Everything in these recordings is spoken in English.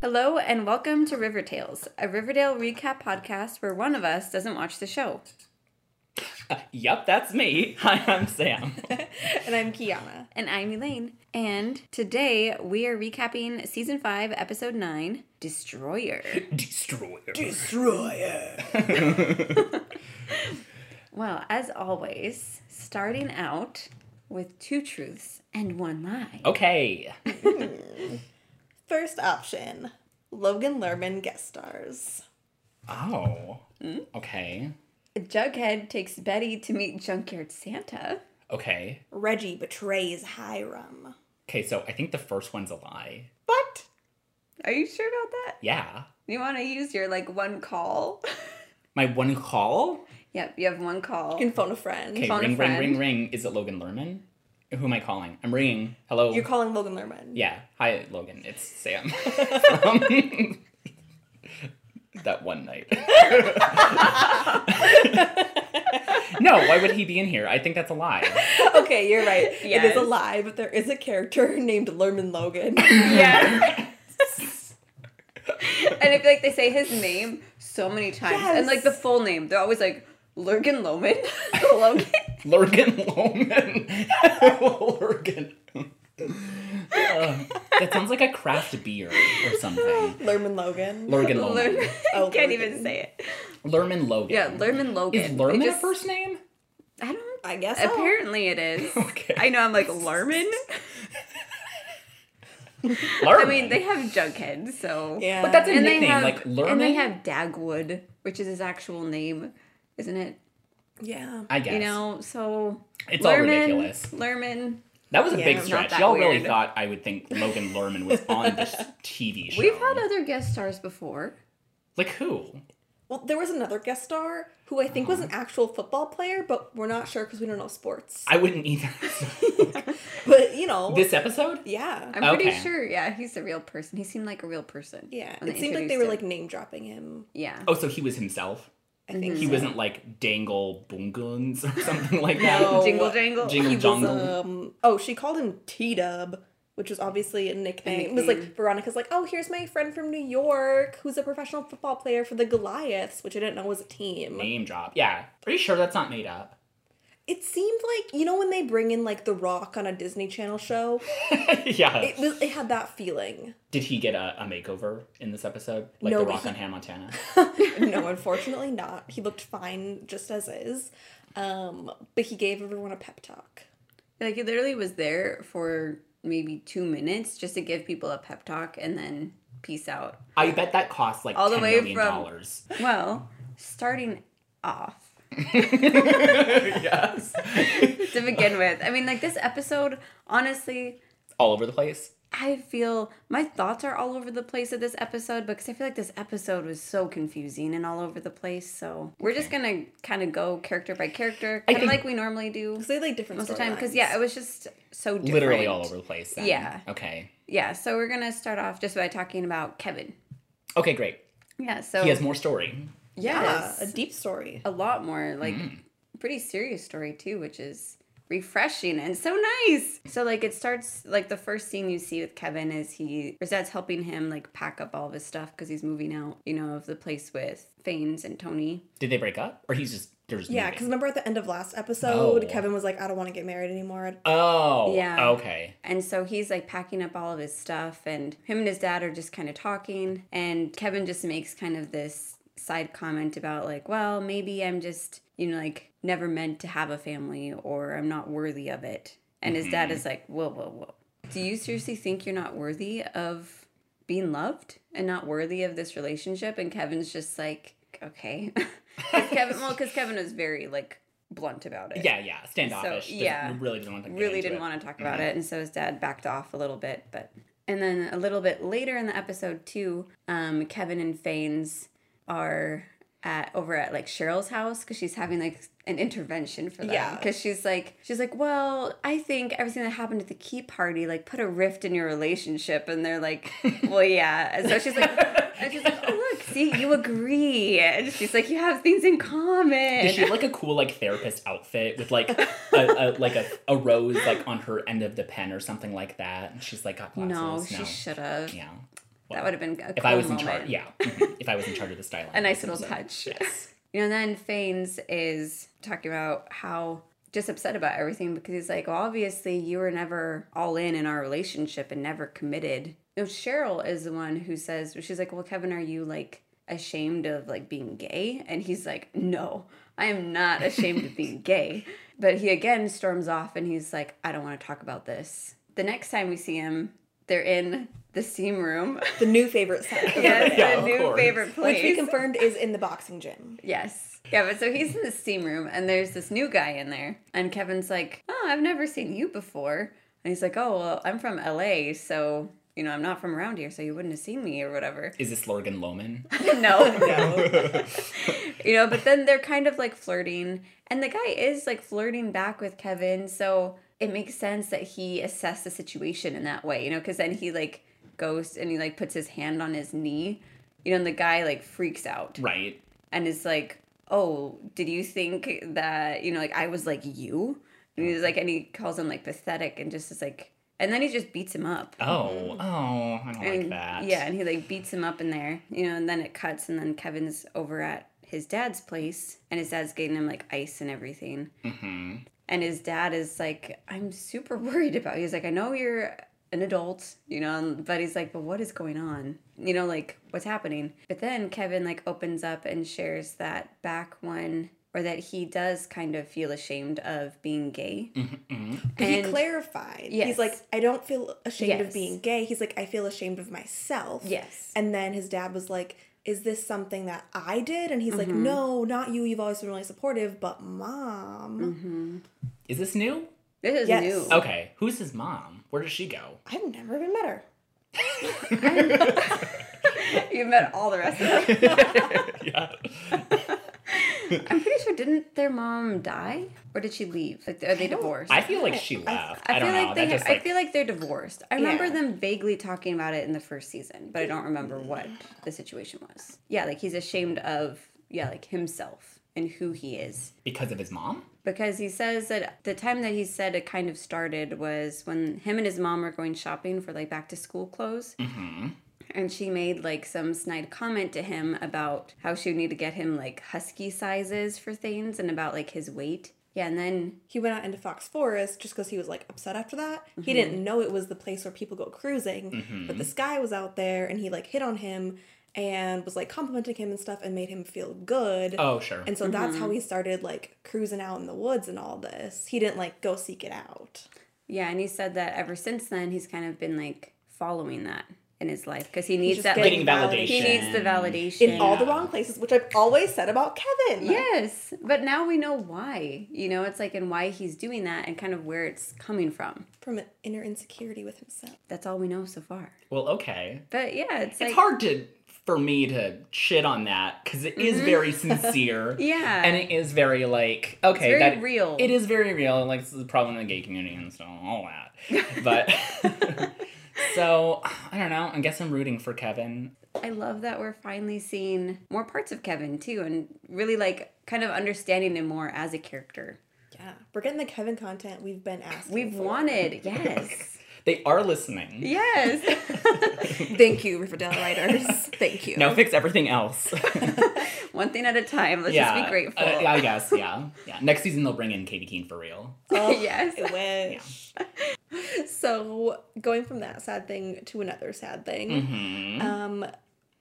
Hello and welcome to River Tales, a Riverdale recap podcast where one of us doesn't watch the show. Uh, yep, that's me. Hi, I'm Sam. And I'm Kiana. And I'm Elaine. And today we are recapping season 5, episode 9, Destroyer. Destroyer. Destroyer. Well, as always, starting out with two truths and one lie. okay. First option Logan Lerman guest stars. Oh. Okay. Jughead takes Betty to meet Junkyard Santa. Okay. Reggie betrays Hiram. Okay, so I think the first one's a lie. But Are you sure about that? Yeah. You want to use your like one call? My one call? yep, you have one call. you can phone a friend. Okay, Phone a ring, ring, friend. ring, ring. Is it Logan Lerman? Who am I calling? I'm ringing. Hello. You're calling Logan Lerman. yeah. Hi, Logan. It's Sam. From- that one night. no, why would he be in here? I think that's a lie. okay, you're right. It Yes. is a lie, but there is a character named Lerman Logan. Yes. and I feel like they say his name so many times. And like the Yes. full name. They're always like Lurgan Loman. Logan. Lurgan Loman. Lurgan. Ugh, that sounds like a craft beer or something. Lerman Logan. Lurgan Lur- Loman. Oh, I can't Lurgan. even say it. Lerman Logan. Yeah, Lerman Logan. Is It Lerman just- a first name? I don't I guess. so. apparently it is. Okay. I know I'm like Lerman. I Lerman. mean they have Jughead, so Yeah. But that's a And they nickname, have like Lerman. And they have Dagwood, which is his actual name, isn't it? Yeah. I guess. You know, so It's all ridiculous. Lerman. that was a Yeah, big not stretch. that Y'all really weird. thought I would think Logan Lerman was on this TV show. We've had other guest stars before. like who? Well, there was another guest star who I think was an actual football player, but we're not sure because we don't know sports. Uh-huh. I wouldn't either. But you know, this episode? yeah, I'm pretty Okay. sure, yeah, he's a real person. He seemed like a real person. yeah. when It seemed like introduced they were him. like name dropping him. yeah. Oh, so he was himself. I Mm-hmm. think He so. wasn't like Dangle Bunguns or something like that. No. Jingle jangle. Oh, Jingle He was, uh, jangle. um, oh, she called him T Dub, which was obviously a nickname. It was like Veronica's like, oh, here's my friend from New York who's a professional football player for the Goliaths, which I didn't know was a team. name drop. Yeah. Pretty sure that's not made up. It seemed like you know when they bring in like The Rock on a Disney Channel show, yeah. it was it had that feeling. Did he get a, a makeover in this episode? Like No, The but Rock he- on Hannah Montana? no, unfortunately not. He looked fine just as is, um, but he gave everyone a pep talk. Like he literally was there for maybe two minutes just to give people a pep talk and then peace out. I bet that cost like All the $10 way million from- dollars. Well, starting off yes. to begin with. I mean, like this episode, honestly, All over the place. I feel my thoughts are all over the place of this episode because I feel like this episode was so confusing and all over the place. So we're just gonna kind of go character by character, kind of think- like we normally do. Because they had, like different most of the time because storylines. yeah it was just so different. Literally all over the place. Then. Yeah. Okay. yeah so we're gonna start off just by talking about kevin Okay, great. yeah so He has more story. yeah, yes, a deep story. a lot more like Mm. pretty serious story too which is refreshing and so nice so like it starts like the first scene you see with kevin is he Rosette's helping him like pack up all of his stuff because he's moving out you know of the place with Fanes and tony Did they break up? Or he's just there's Yeah, because remember at the end of last episode, Oh. Kevin was like, I don't want to get married anymore. Oh. Yeah. Okay. And so he's like packing up all of his stuff, and him and his dad are just kind of talking. And Kevin just makes kind of this side comment about, like, well, maybe I'm just, you know, like never meant to have a family or I'm not worthy of it. And his dad is like, whoa, whoa, whoa. Do you seriously think you're not worthy of being loved and not worthy of this relationship? And Kevin's just like, okay. 'Cause Kevin, well, because Kevin was very like blunt about it Yeah, yeah. Standoffish. Doesn't- yeah. Really didn't want to get really into didn't it. Mm-hmm. want to talk about it and so his dad backed off a little bit but and then a little bit later in the episode too um, kevin and fanes are at over at like cheryl's house because she's having like an intervention for them Yeah. because she's like she's like well i think everything that happened at the key party like put a rift in your relationship and they're like well yeah and so she's like and she's like oh look see you agree and she's like you have things in common Did she have like a cool like therapist outfit with like a, a like a, a rose like on her end of the pen or something like that? And she's like got glasses. no she should have yeah. that would have been a if cool I was in moment. charge. Yeah, mhm, if I was in charge of the styling. a nice little So, touch. Yes. You know, and then Fanes is talking about how just upset about everything because he's like, well, obviously you were never all in in our relationship and never committed. No, Cheryl is the one who says she's like, well, Kevin, are you like ashamed of like being gay? And he's like, no, I am not ashamed of being gay. But he again storms off and he's like, I don't want to talk about this. The next time we see him, they're in the steam room. The new favorite set. yes, Yeah, the of new course. favorite place. Which we confirmed is in the boxing gym. Yes. Yeah, but so he's in the steam room and there's this new guy in there. And Kevin's like, Oh, I've never seen you before. And he's like, Oh, well, I'm from LA, so, you know, I'm not from around here, so you wouldn't have seen me or whatever. Is this Lorgan Loman? no. No. You know, but then they're kind of like flirting. And the guy is like flirting back with Kevin, so it makes sense that he assessed the situation in that way, you know, because then he like goes and he like puts his hand on his knee, you know, and the guy like freaks out right. and is like, "Oh, did you think that you know, like I was like you?" And he's like, and he calls him like pathetic, and just is like, and then he just beats him up. Oh, oh, I don't like and, that. Yeah, and he like beats him up in there, you know, and then it cuts, and then Kevin's over at his dad's place, and his dad's getting him like ice and everything, hmm and his dad is like, "I'm super worried about." you." He's like, "I know you're." An adult, you know, and- but he's like, but what is going on? You know, like what's happening? But then Kevin like opens up and shares that back one, or that he does kind of feel ashamed of being gay. Mm. But he And- clarified. Yes. He's like, I don't feel ashamed Yes. of being gay. He's like, I feel ashamed of myself. Yes. And then his dad was like, Is this something that I did? And he's like, Mm-hmm. No, not you. You've always been really supportive, but mom. Mm-hmm. Is this new? This is Yes. new. Okay. Who's his mom? Where does she go? I've never even met her. You met all the rest of them. yeah. I'm pretty sure didn't their mom die or did she leave? Like, are they divorced? I feel like she left. I, feel don't know. like that they. Have, just like I feel like they're divorced. I remember Yeah. them vaguely talking about it in the first season, but I don't remember what the situation was. Yeah, like he's ashamed of yeah, like himself and who he is. because of his mom. because he says that the time that he said it kind of started was when him and his mom were going shopping for like back to school clothes and she made like some snide comment to him about how she would need to get him like husky sizes for things and about like his weight yeah and then He went out into Fox Forest just because he was like upset after that. Mm-hmm. He didn't know it was the place where people go cruising, but this guy was out there and he like hit on him and was like complimenting him and stuff and made him feel good. Oh sure. And so that's how he started like cruising out in the woods and all this. He didn't like go seek it out. yeah and he said that ever since then he's kind of been like following that in his life because he needs just that Getting like, validation. validation. he needs the validation In all the wrong places, which I've always said about Kevin. Yes, but now we know why. You know, it's like and why he's doing that and kind of where it's coming from. From an inner insecurity with himself. That's all we know so far. Well, okay. But yeah, it's, like it's hard to for me to shit on that because it is very sincere. Mm-hmm. Yeah. and it is very like okay, very that- real. It is very real, and like this is a problem in the gay community and so all that. But so I don't know. I guess I'm rooting for Kevin. I love that we're finally seeing more parts of Kevin too and really like kind of understanding him more as a character. Yeah. We're getting the Kevin content we've been asking. We've for. wanted, yes. They are listening. yes. Thank you, Riverdale writers. Thank you. Now fix everything else. One thing at a time. Let's yeah, just be grateful. uh, I guess. Yeah, yeah. Next season they'll bring in Katie Keene for real. yes. I wish. so going from that sad thing to another sad thing. Uh, Hmm. Um,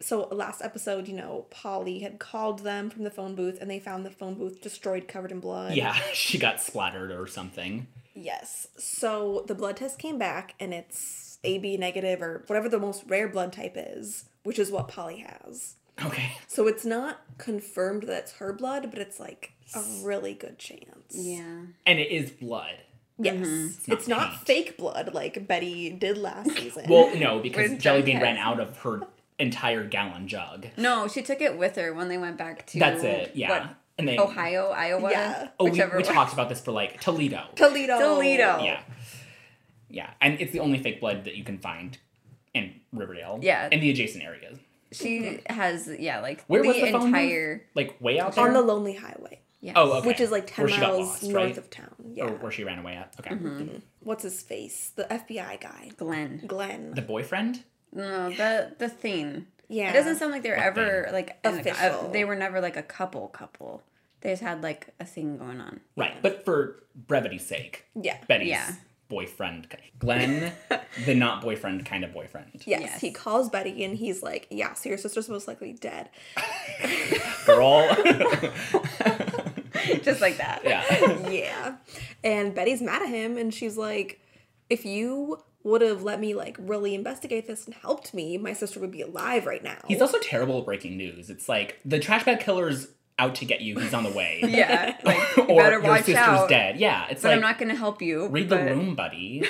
so last episode, you know, Polly had called them from the phone booth, and they found the phone booth destroyed, covered in blood. Yeah, she got splattered or something. Yes. So the blood test came back, and it's AB negative or whatever the most rare blood type is, which is what Polly has. Okay. So it's not confirmed that it's her blood, but it's like a really good chance. Yeah. Mm-hmm. And it is blood. Yes. It's not, not paint. fake blood like Betty did last season. Well, no, because Where's Jelly Jelly Bean ran Cat? out of her entire gallon jug. No, she took it with her when they went back to That's it. Yeah. and they What, Ohio, Iowa, Yeah. Oh, we, we one. talked about this for like Toledo. Toledo. Toledo. yeah. Yeah. And it's the only fake blood that you can find in Riverdale. Yeah. In the adjacent areas. She has, yeah, like Where the, was the phone booth? entire. Like way out there. On the Lonely Highway, Yes. oh, okay. which is like 10 Where she got miles lost, north right? of town. Yeah. Or where she ran away at. Okay. what's his face? The FBI guy. Glenn. Glenn. The boyfriend? No, the the theme. Yeah. It doesn't sound like they're What ever like an- a- Official. they were never like a couple couple. They just had like a thing going on. Right, but for brevity's sake, Yeah. Betty's Yeah. boyfriend, Glenn, the not boyfriend kind of boyfriend. Yes, Yes. he calls Betty and he's like, "Yeah, so your sister's most likely dead." Girl. just like that. yeah. yeah. And Betty's mad at him and she's like, if you would have let me like really investigate this and helped me, my sister would be alive right now. He's also terrible at breaking news. It's like the trash bag killer's out to get you, he's on the way. Yeah. Like you or better your watch sister's out. dead. Yeah. It's But like I'm not gonna help you. read but- the room, buddy.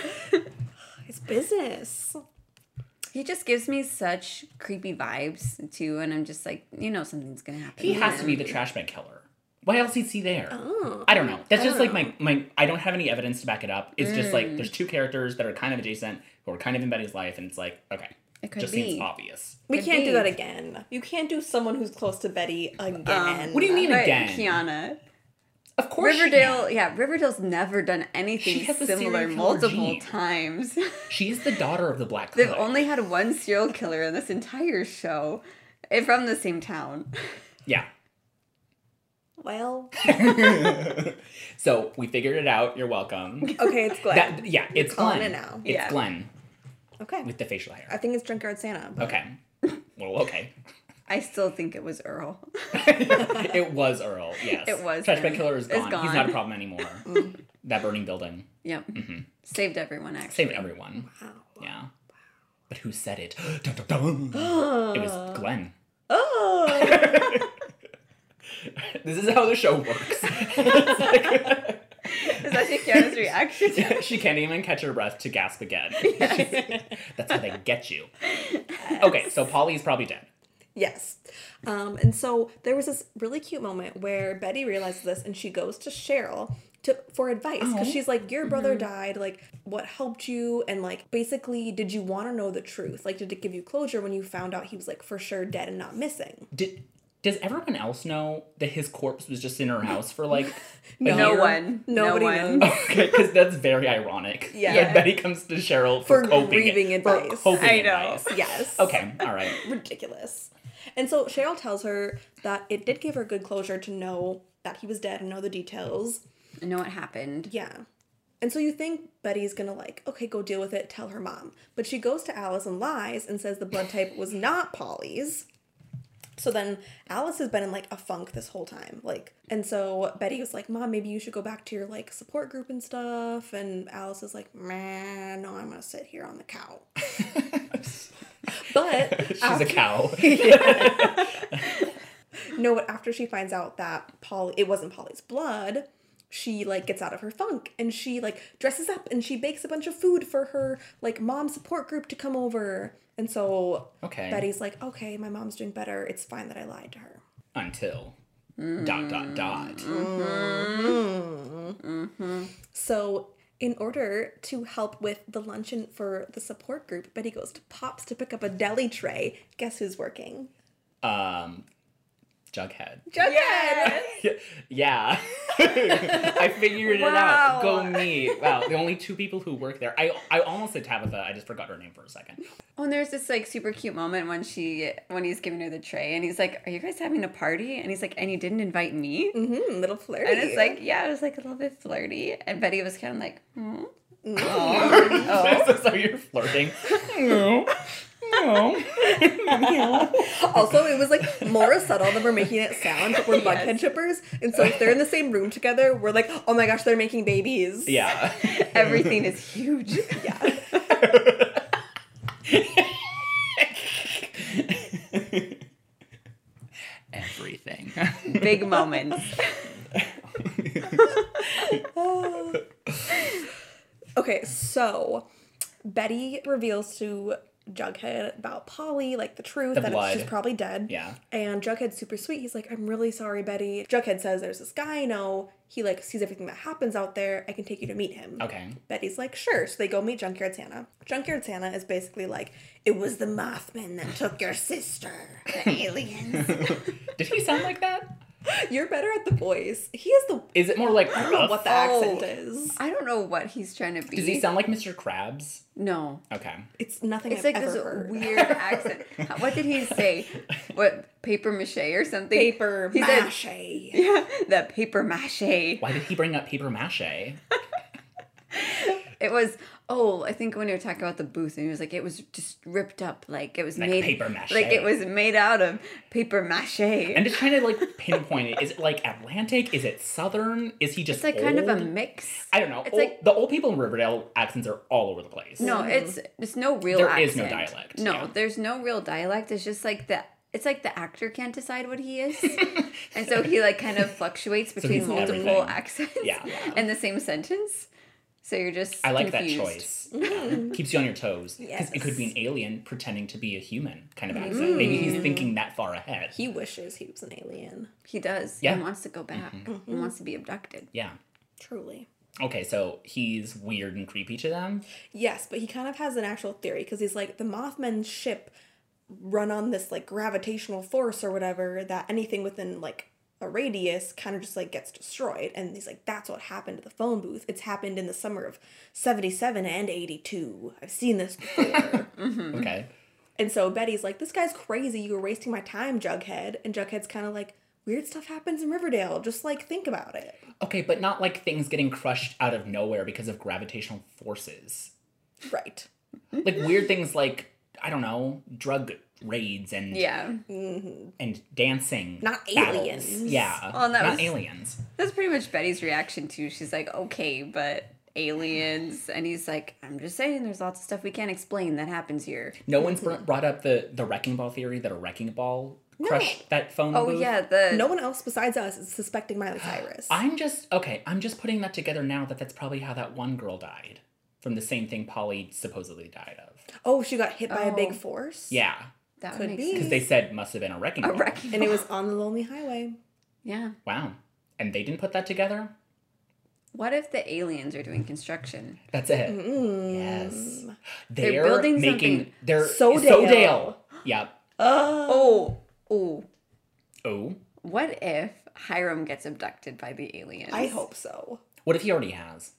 It's business. He just gives me such creepy vibes too, and I'm just like, you know, something's gonna happen. He has to be him. the trash bag killer. What else is he there? Oh. I don't know. That's I just don't like my my. I don't have any evidence to back it up. It's just like Mm. there's two characters that are kind of adjacent, who are kind of in Betty's life, and it's like okay, It could just be. seems obvious. We Could can't be. do that again. You can't do someone who's close to Betty again. Um, What do you mean But again? Kiana. Of course, she Riverdale, can. yeah, Riverdale's never done anything She has the similar serial killer multiple gene. times. She's the daughter of the Black They've Hood. only had one serial killer in this entire show, and from the same town. yeah. Well, So we figured it out. You're welcome. okay, it's Glenn. That yeah, it's calling Glenn. it now. It's Yeah. Glenn okay. with the facial hair. I think it's Drunkard Santa. but- Okay. Well, okay. I still think it was Earl. it was Earl. Yes. It was Trash bag him. killer is It's gone. He's gone. not a problem anymore. that burning building Yep. Saved everyone, actually. saved everyone. Wow. Yeah. But who said it? Dun, dun, dun. It was Glenn. Oh. This is how the show works. It's actually Kiana's reaction. she can't even catch her breath to gasp again. That's how they get you. Okay, so Polly's probably dead. Yes. Um, and so there was this really cute moment where Betty realizes this and she goes to Cheryl to for advice because Oh. she's like, Your brother Mm-hmm. died. Like, what helped you? And like, basically, did you want to know the truth? Like, did it give you closure when you found out he was like for sure dead and not missing? Did does everyone else know that his corpse was just in her house for like a No year? one. Nobody no one. knows. Okay, because that's very ironic. Yeah. That Betty comes to Cheryl for, For coping grieving for advice. coping I know. advice. Yes. Okay, all right. Ridiculous. And so Cheryl tells her that it did give her good closure to know that he was dead and know the details. I know what happened. Yeah. And so you think Betty's gonna like, okay, go deal with it, tell her mom. But she goes to Alice and lies and says the blood type was not Polly's. So then Alice has been in like a funk this whole time. Like, and so Betty was like, Mom, maybe you should go back to your like support group and stuff. And Alice is like, Man, no, I'm gonna sit here on the couch. but She's a cow. No, but after she finds out that Polly it wasn't Polly's blood, she like gets out of her funk and she like dresses up and she bakes a bunch of food for her like mom support group to come over. And so Okay. Betty's like, "Okay, my mom's doing better. It's fine that I lied to her." Until Mm. dot dot dot. So, in order to help with the luncheon for the support group, Betty goes to Pops to pick up a deli tray. Guess who's working? Um, Jughead. Jughead. Yeah. I figured it out. Go Wow. me. Wow. The only two people who work there. I I almost said Tabitha. I just forgot her name for a second. Oh, and there's this like super cute moment when she when he's giving her the tray and he's like, "Are you guys having a party?" And he's like, "And you didn't invite me." Mm-hmm, little flirty. And it's like, yeah, it was like a little bit flirty, and Betty was kind of like, hmm. Mm-hmm. Oh. so, so you're flirting. No. No. Also, it was like more subtle than we're making it sound, but we're bughead chippers. And so if they're in the same room together, we're like, oh my gosh, they're making babies. Yeah. everything is huge. Yeah. Everything. Big moments. Ah. Okay, so Betty reveals to Jughead about Polly, like the truth, The that it's- she's blood. probably dead. yeah. And Jughead's super sweet. He's like, I'm really sorry, Betty. Jughead says, There's this guy I know. He like sees everything that happens out there. I can take you to meet him. Okay. Betty's like, sure. So they go meet Junkyard Santa. Junkyard Santa is basically like, it was the Mothman that took your sister. the aliens. Did he sound like that? You're better at the voice. He is the. Is it more like I don't know what the accent Oh. is. I don't know what he's trying to be. Does he sound like Mr. Krabs? no. Okay. It's nothing It's I've like ever this heard. weird accent. What did he say? What paper mache or something? paper He said- mache. Yeah, the paper mache. Why did he bring up paper mache? It was oh, I think when you were talking about the booth, and he was like, it was just ripped up, like it was Like made papier-mâché. like it was made out of paper mache. I'm just trying to like pinpoint it. Is it like Atlantic? Is it Southern? Is he just it's like kind of a old? mix. I don't know. It's Old- like- the old people in Riverdale accents are all over the place. no, it's it's no real. There accent. is no dialect, No, yeah. there's no real dialect. It's just like the. It's like the actor can't decide what he is, and so he like kind of fluctuates between he's multiple everything. accents Yeah. in the same sentence. So you're just I like confused. Mm-hmm. that choice. Yeah. Keeps you on your toes. Because it could be an Yes. alien pretending to be a human kind of Mm-hmm. accent. Maybe he's thinking that far ahead. He wishes he was an alien. He does. Yeah. Mm-hmm. He wants to go back. He wants to be abducted. yeah. Truly. Okay, so he's weird and creepy to them. Yes, but he kind of has an actual theory because he's like the Mothman's ship run on this like gravitational force or whatever that anything within like a radius kind of just like gets destroyed and he's like that's what happened to the phone booth. It's happened in the summer of 77 and 82. I've seen this before. Mm-hmm. Okay. and so Betty's like this guy's crazy. You're wasting my time, Jughead. And Jughead's kind of like weird stuff happens in Riverdale. Just like think about it. Okay, but not like things getting crushed out of nowhere because of gravitational forces. Right. Like Mm-hmm. weird things like, I don't know, drug raids and Yeah. Mm-hmm. and dancing. Not battles. aliens. Yeah. Well, and Oh, that not was- aliens. That's pretty much Betty's reaction too. She's like, okay, but aliens. And he's like, I'm just saying there's lots of stuff we can't explain that happens here. No one's br- brought up the the wrecking ball theory that a wrecking ball crushed that phone Oh, booth. yeah, the No one else besides us is suspecting Miley Cyrus. I'm just okay. I'm just putting that together now that that's probably how that one girl died from the same thing Polly supposedly died of. Oh, she got hit by a Oh. big force? Yeah, that could would be. be because they said must have been a wrecking a ball. wrecking. And it was on the Lonely Highway. yeah. Wow, and they didn't put that together. What if the aliens are doing construction? That's it. Yes, they're, Mm-hmm. building making something. they're So so Dale. Dale. Yep. Oh, oh. Oh, What if Hiram gets abducted by the aliens? I hope so. what if he already has?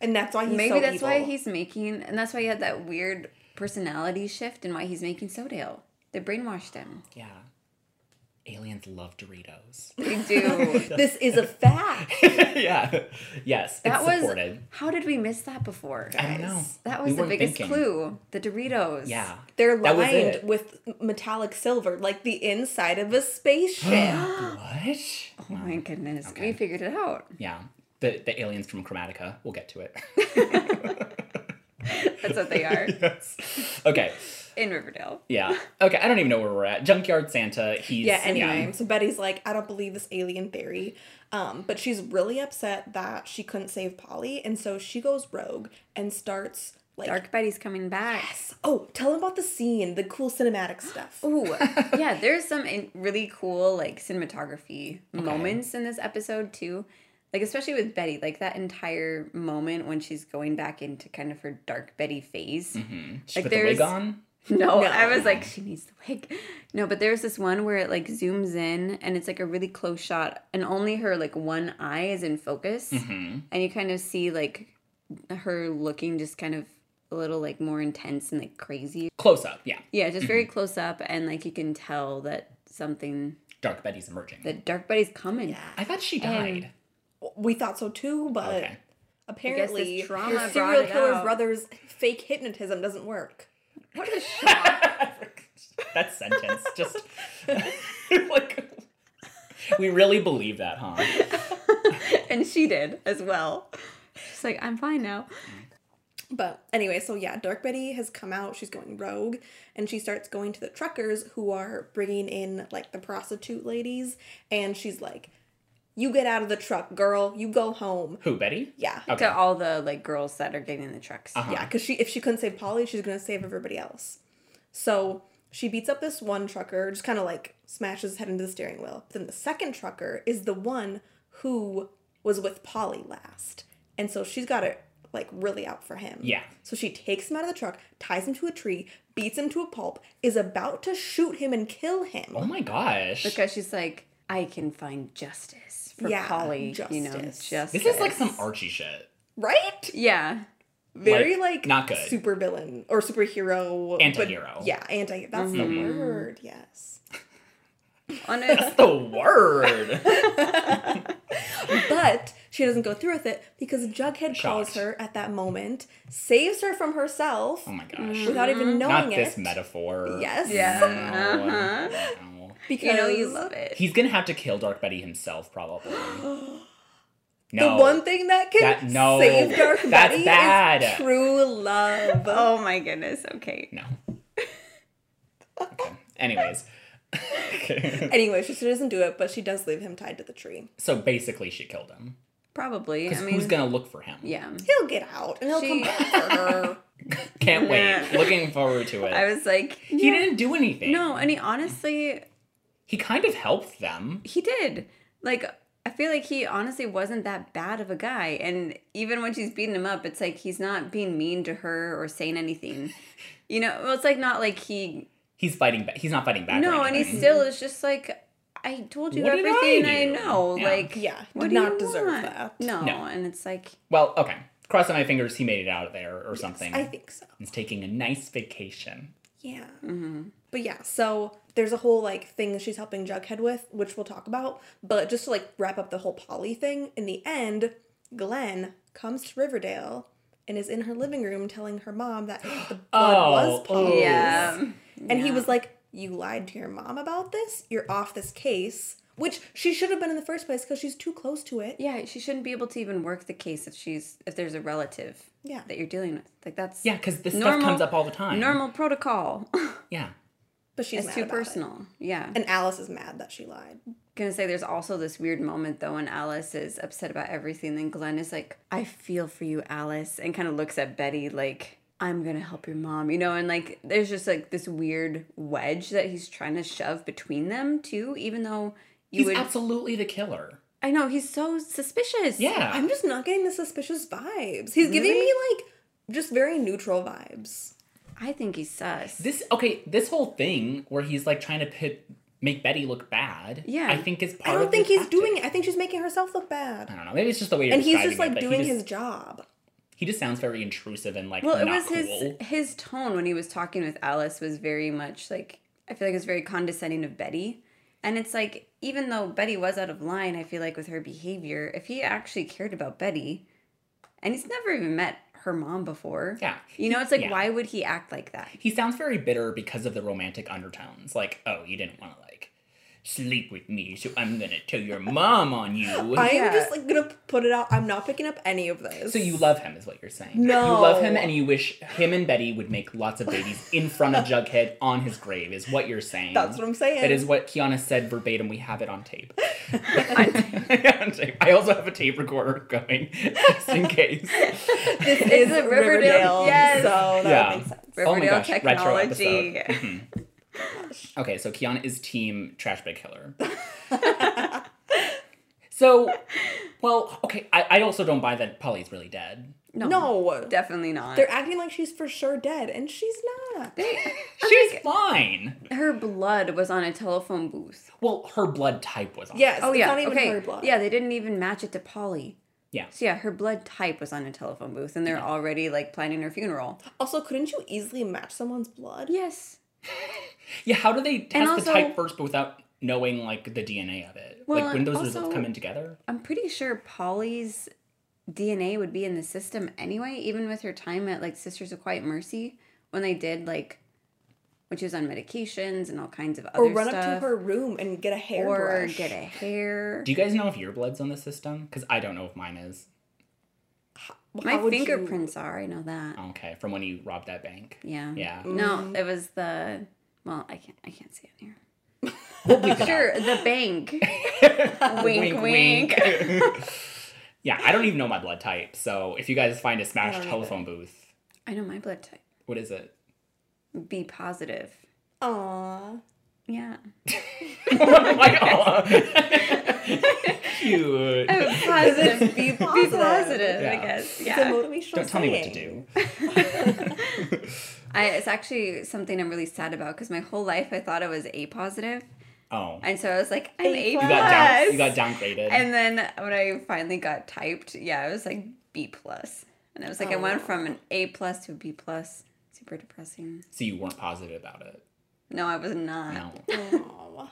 And that's why he's Maybe so that's evil. why he's making, and that's why he had that weird personality shift and why he's making Sodale. They brainwashed him. Yeah, aliens love Doritos. They do. This is a fact. yeah. Yes, That it's was supported. how did we miss that before? I don't know. That We was the weren't biggest thinking. clue. The Doritos. Yeah. They're That was lined it. with metallic silver, like the inside of a spaceship. what? Oh my goodness, we figured it out. Yeah. The the aliens from Chromatica. We'll get to it. That's what they are yes. Okay. in Riverdale. Yeah. Okay. I don't even know where we're at. Junkyard Santa. He's yeah, anyway. So Betty's like, I don't believe this alien theory. Um, but she's really upset that she couldn't save Polly, and so she goes rogue and starts like Dark Betty's coming back. Oh, tell him about the scene, the cool cinematic stuff. Ooh, yeah. There's some in- really cool like cinematography moments in this episode too. Like especially with Betty, like that entire moment when she's going back into kind of her dark Betty phase. Mhm. She Like, put the wig there's- on. No, No. I was like, she needs the wig. No, but there's this one where it like zooms in and it's like a really close shot, and only her like one eye is in focus, hmm and you kind of see like her looking just kind of a little like more intense and like crazy. Close up. Yeah. Yeah, just very Mm-hmm. close up, and like you can tell that something Dark Betty's emerging. that Dark Buddy's coming. I thought she died. We thought so too, but Okay. apparently this trauma your brought serial it killer out. brother's fake hypnotism doesn't work. What a shock! that sentence just like we really believe that, huh? and she did as well. She's like, I'm fine now. But anyway, so yeah, Dark Betty has come out. She's going rogue, and she starts going to the truckers who are bringing in like the prostitute ladies, and she's like, "You get out of the truck, girl. You go home." Who Betty? Yeah, Yeah, 'cause Okay. To all the like girls that are getting in the trucks. Uh-huh. yeah. Because she, if she couldn't save Polly, she's gonna save everybody else. So she beats up this one trucker, just kind of like smashes his head into the steering wheel. Then the second trucker is the one who was with Polly last, and so she's got it like really out for him. Yeah. So she takes him out of the truck, ties him to a tree, beats him to a pulp, is about to shoot him and kill him. Oh my gosh. Because she's like, I can find justice for Yeah, Polly. You know, justice. justice. This is like some Archie shit. Right? Yeah. Very Like, like, not good. super villain or superhero but- Antihero. Mm-hmm. yeah, anti that's the word, yes. On a, That's the word. But she doesn't go through with it because Jughead calls Shocked. her at that moment, saves her from herself oh my gosh. without even Mm, knowing Not it. this metaphor. Yes. Yeah. uh-huh. No, no. Because you know, you love it. Uh-huh. He's gonna have to kill Dark Betty himself, probably. No. The one thing that can That- no. save Dark That's Betty bad. is true love. oh my goodness. Okay. No. Okay. Anyways. Okay. Anyway, she still doesn't do it, but she does leave him tied to the tree. So basically, she killed him. Probably. I Because mean, who's gonna look for him? yeah. He'll get out and he'll She- come back for her. Can't wait. Yeah. Looking forward to it. I was like, he didn't do anything. no. And he honestly, He kind of helped them. he did. Like, I feel like he honestly wasn't that bad of a guy. And even when she's beating him up, it's like he's not being mean to her or saying anything. You know, well, it's like not like he. He's fighting back. He's not fighting back. or No, and he anything. still is just like, I told you What did I everything I, do?" know. Yeah. Like, Yeah, did what do not you deserve want? that. No. No. and it's like, Well, okay. Crossing my fingers, he made it out of there or something. I think so. He's taking a nice vacation. Yeah. Mm-hmm. But yeah, so there's a whole like thing that she's helping Jughead with, which we'll talk about. But just to like wrap up the whole Polly thing, in the end, Glenn comes to Riverdale and is in her living room telling her mom that the blood Oh, was Polly's. ooh. yeah. And he was like, You lied to your mom about this? You're off this case. Which she should have been in the first place because she's too close to it. Yeah, she shouldn't be able to even work the case if she's if there's a relative Yeah. that you're dealing with. Like that's Yeah, because this Normal- stuff comes up all the time. normal protocol. Yeah. But she's it's mad too about it. personal. Yeah. And Alice is mad that she lied. gonna say there's also this weird moment though when Alice is upset about everything. Then Glenn is like, I feel for you, Alice, and kind of looks at Betty like, I'm gonna help your mom, you know, and like there's just like this weird wedge that he's trying to shove between them too, even though you He's would absolutely the killer. I know, he's so suspicious. Yeah. I'm just not getting the suspicious vibes. He's giving me like just very neutral vibes. I think he's sus. This okay, this whole thing where he's like trying to pit, make Betty look bad. Yeah. I think is part I of don't the think he's tactic. doing it. I think she's making herself look I bad. don't know. Maybe it's just the way you're And he's describing just like it, but doing he just, his job. He just sounds very intrusive and like Well, it not was cool. his his tone when he was talking with Alice was very much like I feel like it was very condescending of Betty. And it's like even though Betty was out of line, I feel like with her behavior, if he actually cared about Betty and he's never even met her mom before. Yeah. You know, it's like Yeah. why would he act like that? He sounds very bitter because of the romantic undertones. Like, oh, you didn't want to like sleep with me, so I'm gonna tell your mom on you. I Yeah. am just like gonna put it out. I'm not picking up any of this. So you love him, is what you're saying. No. You love him and you wish him and Betty would make lots of babies in front of Jughead on his grave, is what you're saying. That's what I'm saying. That is what Kiana said verbatim. We have it on tape. on tape. I also have a tape recorder going, just in case. this is a Riverdale- yes. So that yeah. makes sense. oh my Riverdale gosh, retro technology. episode. Mhm. okay, so Kiana is team trash bag killer. so, well, okay, I, I also don't buy that Polly's really dead. No. No, Definitely not. they're acting like she's for sure dead, and she's not. She's fine. her blood was on a telephone booth. Well, her blood type was on. Yes. Oh it's yeah. Not even okay. her blood. Yeah, they didn't even match it to Polly. Yeah. So yeah, her blood type was on a telephone booth and they're already like planning her funeral. Also, couldn't you easily match someone's blood? Yes. Yeah. How do they test And the also- type first, but without knowing like the DNA of it? Well, like when those also- results come in together? I'm pretty sure Polly's DNA would be in the system anyway, even with her time at like Sisters of Quiet Mercy when they did like when she was on medications and all kinds of other Or run stuff, up to her room and get a or hairbrush. get a hair. Do you guys know if your blood's on the system? Because I don't know if mine is. How My would you- fingerprints are. I know that. Okay, from when you robbed that bank. Yeah. Yeah. No, it was the. Well, I can't. I can't see it here. We'll bleep it Sure, the bank. out. wink, wink. yeah, I don't even know my blood type. So if you guys find a smashed telephone booth, I know my blood type. what is it? Be positive. Aww. Yeah. like, oh. Cute. Oh, Positive. Be, positive. positive. I Yeah. guess. It's a Yeah. motivational Don't tell me what to saying. do. I, it's actually something I'm really sad about because my whole life I thought I was A positive. Oh. And so I was like, I'm A A plus. You got down, you got downgraded. And then when I finally got typed, yeah, I was like B plus, and I was like, I Oh, went wow. from an A plus to a B plus. Super depressing. so you weren't positive about it. No, I was not. No. Oh.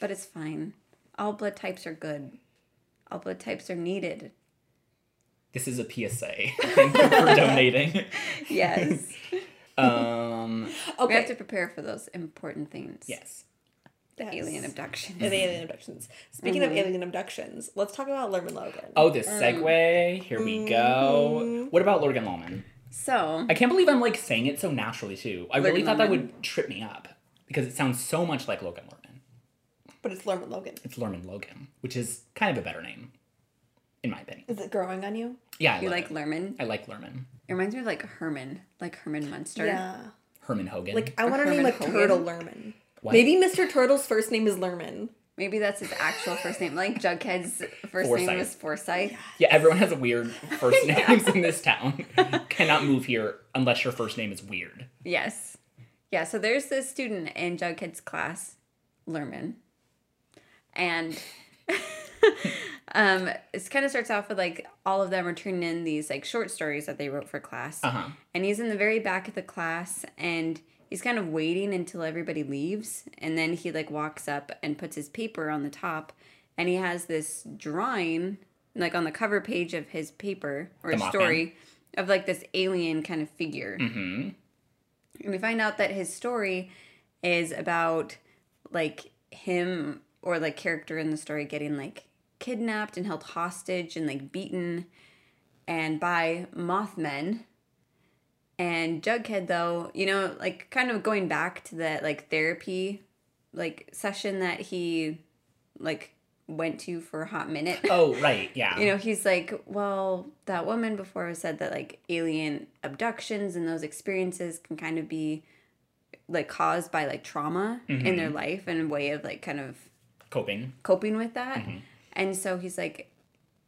But it's fine. All blood types are good. All blood types are needed. This is a PSA. Thank you for donating. Yes. Um, We have Okay. to prepare for those important things. yes. Yes. Alien abduction. And alien abductions. Speaking Mm-hmm. of alien abductions, let's talk about Lerman Logan. Oh, this Um, segue. Here we mm-hmm. go. What about Lorgan Lawman? So I can't believe I'm like saying it so naturally too. I really Lorgan thought that Lorman. would trip me up because it sounds so much like Logan Lorman. But it's Lerman Logan. It's Lorman Logan, which is kind of a better name, in my opinion. Is it growing on you? Yeah, I you love like it. Lerman? I like Lerman. It reminds me of like Herman, like Herman Munster. Yeah. Herman Hogan. Like I want to Herman name a Hogan? turtle Lerman. What? Maybe Mr. Turtle's first name is Lerman. Maybe that's his actual first name. Like Jughead's first Forsythe. name was Forsyth. yeah, everyone has a weird first names in this town. Cannot move here unless your first name is weird. Yes. Yeah, so there's this student in Jughead's class, Lerman. And um it kind of starts off with like all of them are turning in these like short stories that they wrote for class. Uh huh. And he's in the very back of the class and he's kind of waiting until everybody leaves and then he like walks up and puts his paper on the top and he has this drawing like on the cover page of his paper or The his Mothman. story of like this alien kind of figure. hmm And we find out that his story is about like him or like character in the story getting like kidnapped and held hostage and like beaten and by Mothmen. And Jughead though, you know, like kind of going back to that like therapy like session that he like went to for a hot minute Oh right, yeah. you know he's like well that woman before said that like alien abductions and those experiences can kind of be like caused by like trauma in their life and a way of like kind of Coping. coping with that and so he's like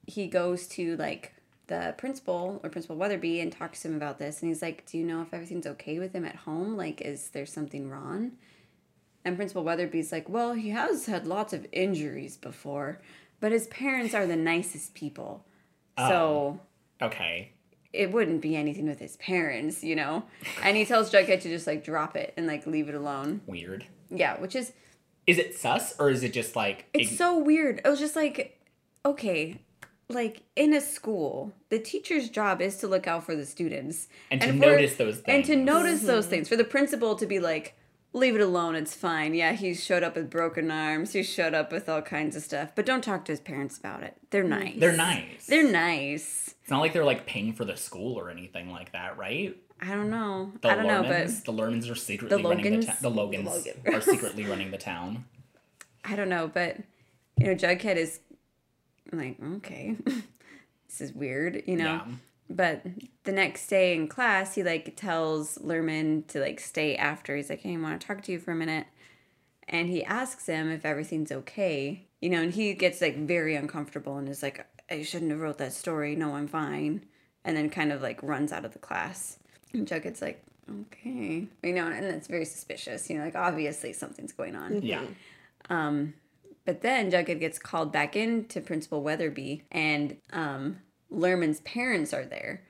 he goes to like the principal or principal weatherby and talks to him about this and he's like do you know if everything's okay with him at home like is there something wrong and principal weatherby's like well he has had lots of injuries before but his parents are the nicest people so Okay. it wouldn't be anything with his parents you know and he tells jughead to just like drop it and like leave it alone Weird. yeah which is Is it sus or is it just like It's ign- so weird. I was just like, okay, like in a school, the teacher's job is to look out for the students and to for- notice those and things to notice those things for the principal to be like, leave it alone, it's fine. Yeah, he showed up with broken arms. He showed up with all kinds of stuff, but don't talk to his parents about it. They're nice. They're nice. They're nice. it's not like they're like paying for the school or anything like that, right? I don't know. The I don't know, but Lormans, the Lermans are secretly The running the town. Logans? The Logans Logan. are secretly running the town. I don't know, but you know, Jughead is I'm like, okay, this is weird, you know. Yeah. But the next day in class, he like tells Lerman to like stay after. He's like, hey, I want to talk to you for a minute, and he asks him if everything's okay, you know. And he gets like very uncomfortable and is like, I shouldn't have wrote that story. No, I'm fine. And then kind of like runs out of the class. And Jughead's like, okay, you know, and that's very suspicious. You know, like obviously something's going on. Yeah. But then Jughead gets called back in to Principal Weatherby, and um, Lerman's parents are there.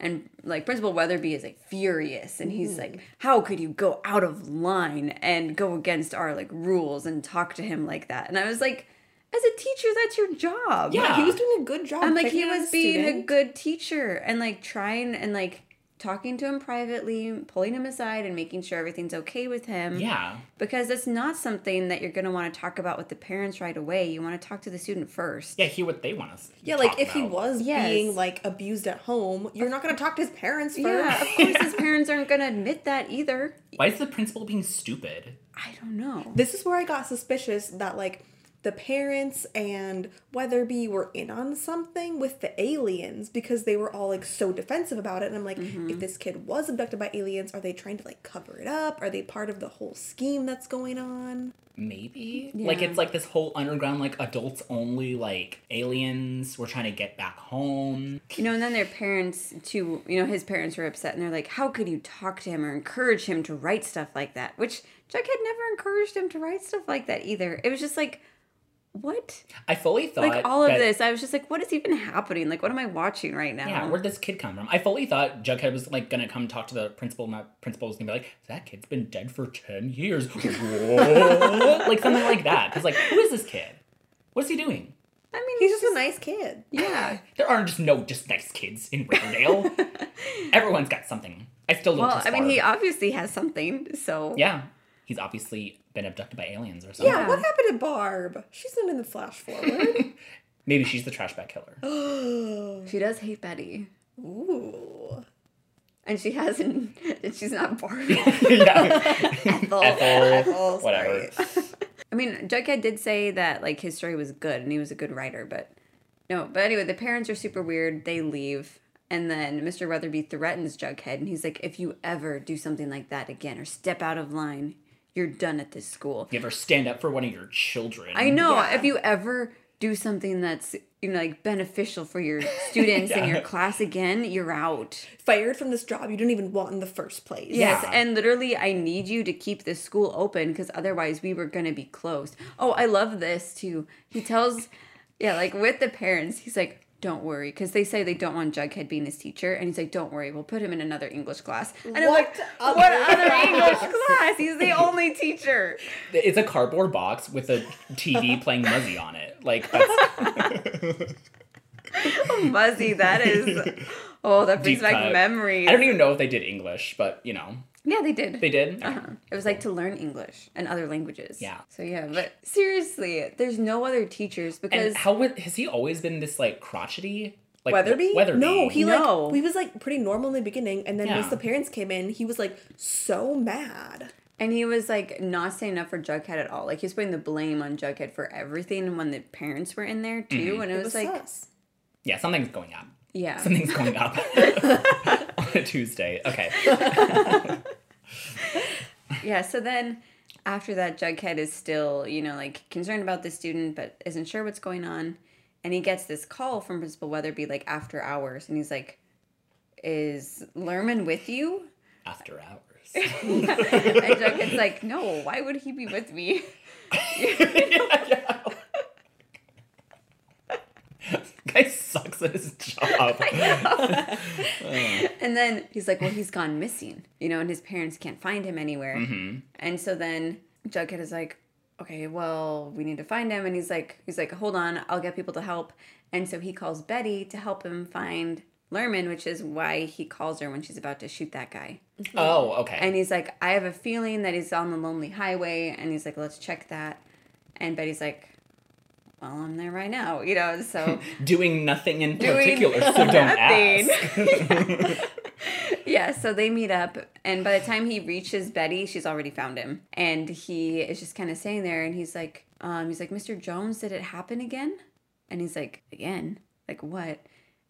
And like Principal Weatherby is like furious, and he's like, "How could you go out of line and go against our like rules and talk to him like that?" And I was like, "As a teacher, that's your job." Yeah. He was doing a good job. I'm like picking he out was a being a student. good teacher and like trying and like talking to him privately, pulling him aside, and making sure everything's okay with him Yeah. because it's not something that you're going to want to talk about with the parents right away. You want to talk to the student first. Yeah, hear what they want us. Yeah, like if he was. was Yes. being like abused at home, you're not gonna talk to his parents first. Yeah, of course his parents aren't going to admit that either. Why is the principal being stupid? I don't know. This is where I got suspicious that like the parents and Weatherby were in on something with the aliens because they were all like so defensive about it. And I'm like, Mm-hmm. if this kid was abducted by aliens, are they trying to like cover it up? Are they part of the whole scheme that's going on? Maybe. Like Yeah. it's like this whole underground, like adults only, like aliens. We're trying to get back home. You know, and then their parents too. You know, his parents were upset, and they're like, "How could you talk to him or encourage him to write stuff like that?" Which Jughead never encouraged him to write stuff like that either. It was just like, what? I fully thought Like all of Uh, that- this, I was just like, what is even happening? Like, what am I watching right now? Yeah, where'd this kid come from? I fully thought Jughead was like gonna come talk to the principal, and that principal was gonna be like, "That kid's been dead for ten years," What? like something like that. Because like, who is this kid? What's he doing? I mean, He's just a nice kid. yeah. There are just no just nice kids in Riverdale. Everyone's got something. I still don't. Well, trust I mean, Barb. he obviously has something. So Yeah, he's obviously been abducted by aliens or something. Yeah, what happened to Barb? She's not in the flash forward. Maybe she's the trash bag killer. Oh, she does hate Betty, Ooh. and she hasn't. And she's not Barbie. yeah. Ethel. Ethel, Ethel's whatever. I mean, Jughead did say that like his story was good and he was a good writer, but no. But anyway, the parents are super weird. They leave, and then Mr. Weatherby threatens Jughead, and he's like, "If you ever do something like that again or step out of line, you're done at this school." Give her stand up for one of your children. I know. Yeah. If you ever do something that's you know like beneficial for your students and your Yeah. class again, you're out. Fired from this job you didn't even want in the first place. Yes, Yeah. and literally, I need you to keep this school open because otherwise, we were gonna be closed. Oh, I love this too. He tells, yeah, like with the parents, he's like, "Don't worry," because they say they don't want Jughead being his teacher, and he's like, "Don't worry, we'll put him in another English class." And I'm like, What "What other other class?" English class? He's the only teacher." It's a cardboard box with a TV playing Muzzy on it. Like that's. Muzzy, that is. Oh, that brings Deep back cut. memories. I don't even know if they did English, but you know yeah, they did. Uh-huh. they did. It was like to learn English and other languages. Yeah. So yeah, but seriously, there's no other teachers because And how would, has he always been this like crotchety? Like Weatherby? Weatherby. No, he No. like he was like pretty normal in the beginning, and then Yeah. once the parents came in, he was like so mad. And he was like not standing up for Jughead at all. Like he was putting the blame on Jughead for everything when the parents were in there too. And it, It was, was like, sus. Yeah, something's going up. yeah. Something's going up on a Tuesday. Okay. Yeah. So then after that, Jughead is still, you know, like concerned about the student but isn't sure what's going on. And he gets this call from Principal Weatherby like after hours. And he's like, Is Lerman with you? After hours. And Jughead's like, No, why would he be with me? Guy sucks at his job. And then he's like, well, he's gone missing, you know, and his parents can't find him anywhere. And so then Jughead is like, okay, well, we need to find him. And he's like, he's like, hold on, I'll get people to help. And so he calls Betty to help him find Lerman, which is why he calls her when she's about to shoot that guy. Oh, okay. And he's like, I have a feeling that he's on the lonely highway. And he's like, let's check that. And Betty's like, well, I'm there right now, you know, so. Doing nothing in Doing particular, so don't nothing. ask. Yeah, so they meet up, and by the time he reaches Betty, she's already found him, and he is just kind of sitting there, and he's like, um, he's like, Mr. Jones, did it happen again? And he's like, again, like what?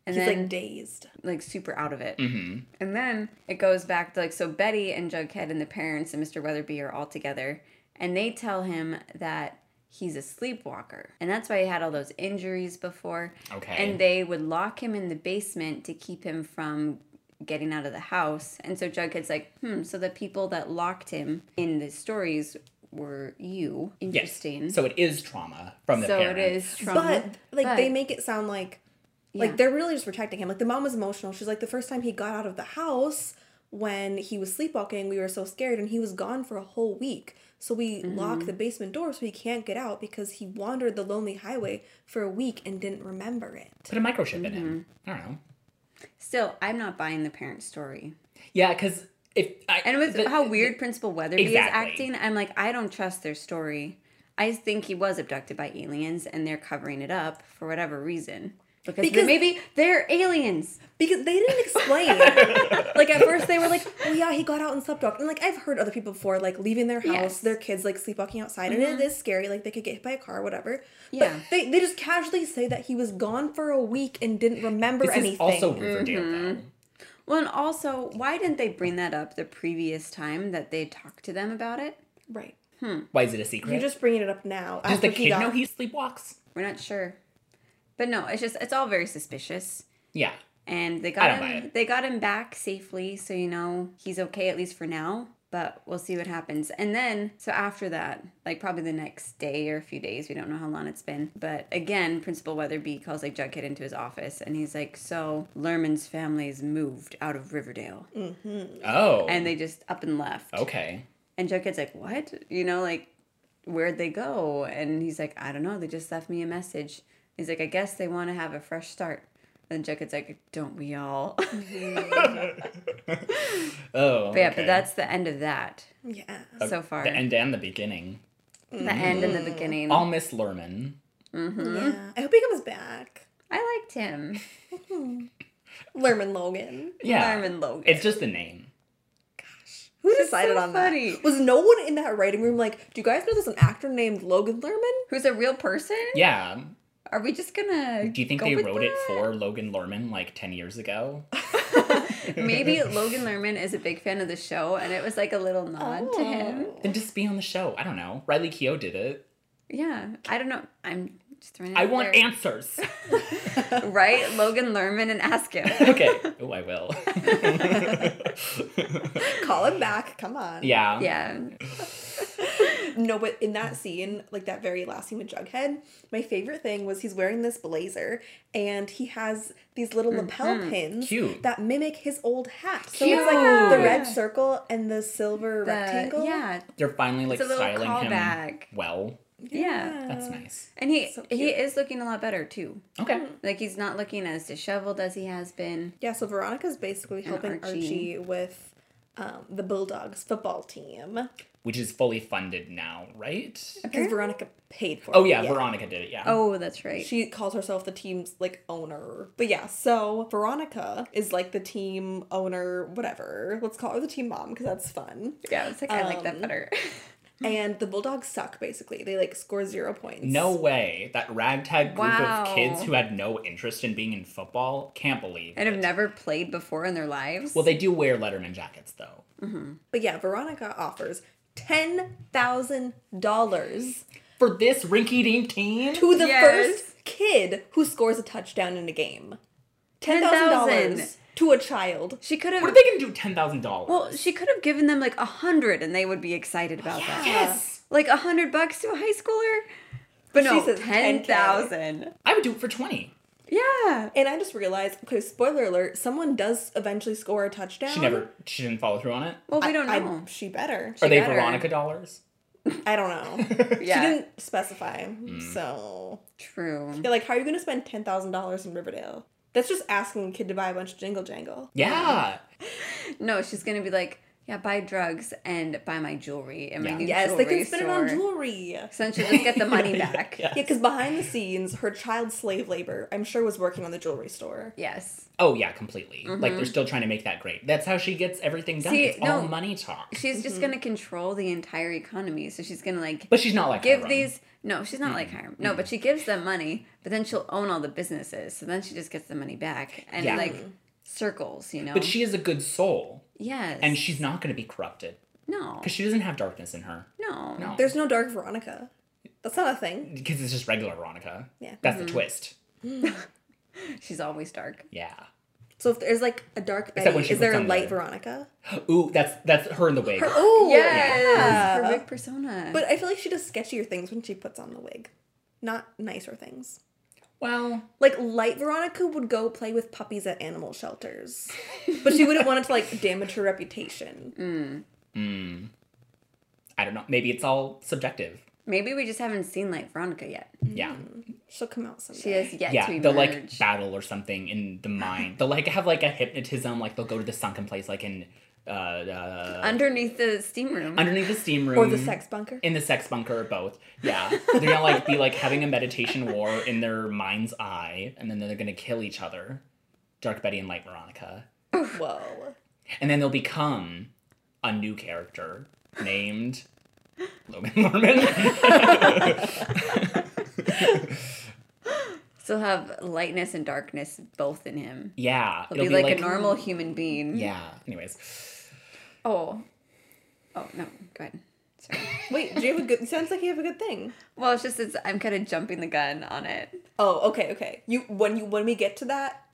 And He's then like like, dazed. super out of it, hmm and then it goes back to like so Betty and Jughead and the parents and Mr. Weatherby are all together, and they tell him that he's a sleepwalker, and that's why he had all those injuries before. Okay. And they would lock him in the basement to keep him from getting out of the house. And so Jughead's like, hmm, so the people that locked him in the stories were you. yes. Interesting. So it is trauma from the So it parents. is trauma. But like they But- make it sound like Yeah. like they're really just protecting him. Like the mom was emotional. She's like the first time he got out of the house when he was sleepwalking, we were so scared and he was gone for a whole week. So we Mm-hmm. locked the basement door so he can't get out because he wandered the lonely highway for a week and didn't remember it. Put a microchip in him. Mm-hmm. I don't know. Still, I'm not buying the parent story. Yeah, because if I, And with the- how weird Principal Weatherby Exactly. is acting, I'm like, I don't trust their story. I think he was abducted by aliens and they're covering it up for whatever reason. Because, Because- maybe they're aliens. Because they didn't explain. like at first they were like, "Oh yeah, he got out and slept off." And like I've heard other people before, like leaving their house, Yes. their kids like sleepwalking outside, Mm-hmm. and it is scary. Like they could get hit by a car, whatever. Yeah. But they they just casually say that he was gone for a week and didn't remember This anything. is also Riverdale, Mm-hmm. though. Well, and also, why didn't they bring that up the previous time that they talked to them about it? right. Why is it a secret? You're just bringing it up now. Does the kid after he got- know he sleepwalks? We're not sure. But no, it's just it's all very suspicious. Yeah. And they I got don't buy him it. they got him back safely, so you know he's okay at least for now. But we'll see what happens. And then so after that, like probably the next day or a few days, we don't know how long it's been. But again, Principal Weatherby calls like Jughead into his office and he's like, So Lerman's family's moved out of Riverdale. Oh. And they just up and left. Mm. okay. And Jughead's like, What? You know, like, where'd they go? And he's like, I don't know. They just left me a message. He's like, I guess they want to have a fresh start. And Jughead's like, Don't we all? but Oh. yeah, okay. Uh, but that's the end of that Yeah. so far. the end Um, and the beginning. The end and the beginning. Mm-hmm. I'll miss Lerman. Yeah. I hope he comes back. I liked him. Lerman Logan. Yeah. Norman Logan. It's just the name. Who This is decided so on funny. that? Was no one in that writing room like, do you guys know there's an actor named Logan Lerman? Who's a real person? Yeah. Are we just gonna. Do you think go they with wrote it that? for Logan Lerman like 10 years ago? Maybe Logan Lerman is a big fan of the show and it was like a little nod to him. Oh. then just be on the show. I don't know. Riley Keough did it. Yeah. I don't know. I'm just throwing it I out want there. answers. Right? Logan Lerman and ask him. okay. Oh, I will. Oh. Call him back. Come on. yeah. Yeah. No, but in that scene, like that very last scene with Jughead, my favorite thing was he's wearing this blazer and he has these little lapel pins Cute. that mimic his old hat. So it's like the Cute. red circle and the silver The- rectangle. Yeah. They're finally like It's a little styling him callback. Uh, well. Yeah. That's nice. And he So he cute. is looking a lot better too. Okay. Like he's not looking as disheveled as he has been. Yeah, so Veronica's basically helping Archie. Archie, with um, the Bulldogs football team Which is fully funded now, right? because Veronica paid for Oh it. yeah, Veronica did it. Yeah. Oh, that's right. She calls herself the team's like owner. But yeah, so Veronica is like the team owner, whatever. Let's call her the team mom because that's fun. yeah, it's like I like um, that better. And the Bulldogs suck basically. They like score zero points. No way. That ragtag group Wow. of kids who had no interest in being in football can't believe. and it. have never played before in their lives. Well, they do wear Letterman jackets though. But yeah, Veronica offers ten thousand dollars For this rinky-dink team? to the Yes. first kid who scores a touchdown in a game. Ten thousand $10,000. dollars to a child. she could have What are they gonna do $10,000? well, she could have given them like a hundred and they would be excited about that. yes! Like a hundred bucks to a high schooler? But She no, says 10K. ten thousand. I would do it for 20. Yeah. And I just realized, okay, spoiler alert, someone does eventually score a touchdown. She never, she didn't follow through on it. Well, we I- don't I- know. she better. are they better. Veronica dollars? I don't know. yeah. Mm. She didn't specify. So True. you're like, how are you gonna spend ten thousand dollars in Riverdale? That's just asking a kid to buy a bunch of jingle jangle. Mm-hmm. Yeah. No, she's gonna be like, yeah, buy drugs and buy my jewelry and my Yeah. new Yes, jewelry they can spend it on store." jewelry. Yeah, So then she'll just get the money back. Yeah. because behind the scenes, her child slave labor, I'm sure, was working on the jewelry store. Yes, Oh, yeah, completely. Like, they're still trying to make that great. That's how she gets everything done. Mm-hmm. See, it's all no. money talk. she's just gonna control the entire economy. So she's gonna like But she's not like give Hiram. these. No, she's not like Hiram. No, but she gives them money, but then she'll own all the businesses. So then she just gets the money back and Yeah. like circles, you know. But she is a good soul, yes, and she's not going to be corrupted no, because she doesn't have darkness in her. no, No. There's no dark Veronica. That's not a thing. Because it's just regular Veronica. Yeah. That's the twist. She's always dark. Yeah. So if there's like a dark Except Betty, when she is there a becomes light there. Veronica? Ooh, that's that's her in the wig. Oh Yes, her big persona. But I feel like she does sketchier things when she puts on the wig, not nicer things. Well, Like light Veronica would go play with puppies at animal shelters, but she wouldn't want it to like damage her reputation. I don't know. Maybe it's all subjective. maybe we just haven't seen like Veronica yet. Yeah. She'll come out She someday. has yet to Yeah. emerge. They'll like battle or something in the mine. They'll like have like a hypnotism, like they'll go to the sunken place like in uh, uh, underneath the steam room. underneath the steam room or the sex bunker. in the sex bunker or both. Yeah, they're gonna like be like having a meditation war in their mind's eye, and then they're gonna kill each other, Dark Betty and Light Veronica, Whoa. and then they'll become a new character named Logan Lerman. Still have lightness and darkness both in him. yeah, He'll be like, a normal human being. Yeah. Anyways, Oh. Oh no. Go ahead. Sorry. Wait, do you have a good? Sounds like you have a good thing. Well, it's just it's, I'm kind of jumping the gun on it. Oh, okay, okay. You when you when we get to that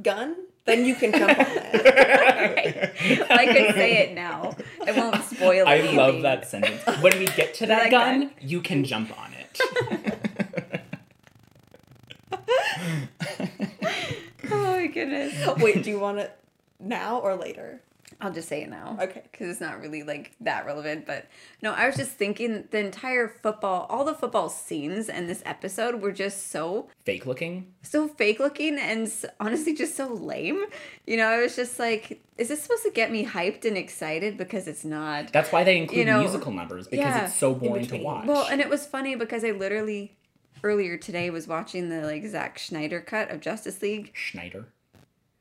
gun, then you can jump on that. I could say it now. It won't spoil I anything. love that sentence. When we get to that like gun, you can jump on it. Oh my goodness. Wait, do you want it now or later? I'll just say it now. Okay. Because it's not really like that relevant. But no, I was just thinking the entire football, all the football scenes in this episode were just so, Fake looking. so fake looking and s- honestly just so lame. You know, I was just like, is this supposed to get me hyped and excited? Because it's not. That's why they include know, musical numbers because yeah, it's so boring to between. watch. Well, and it was funny because I literally earlier today was watching the like Zack Schneider cut of Justice League. Schneider.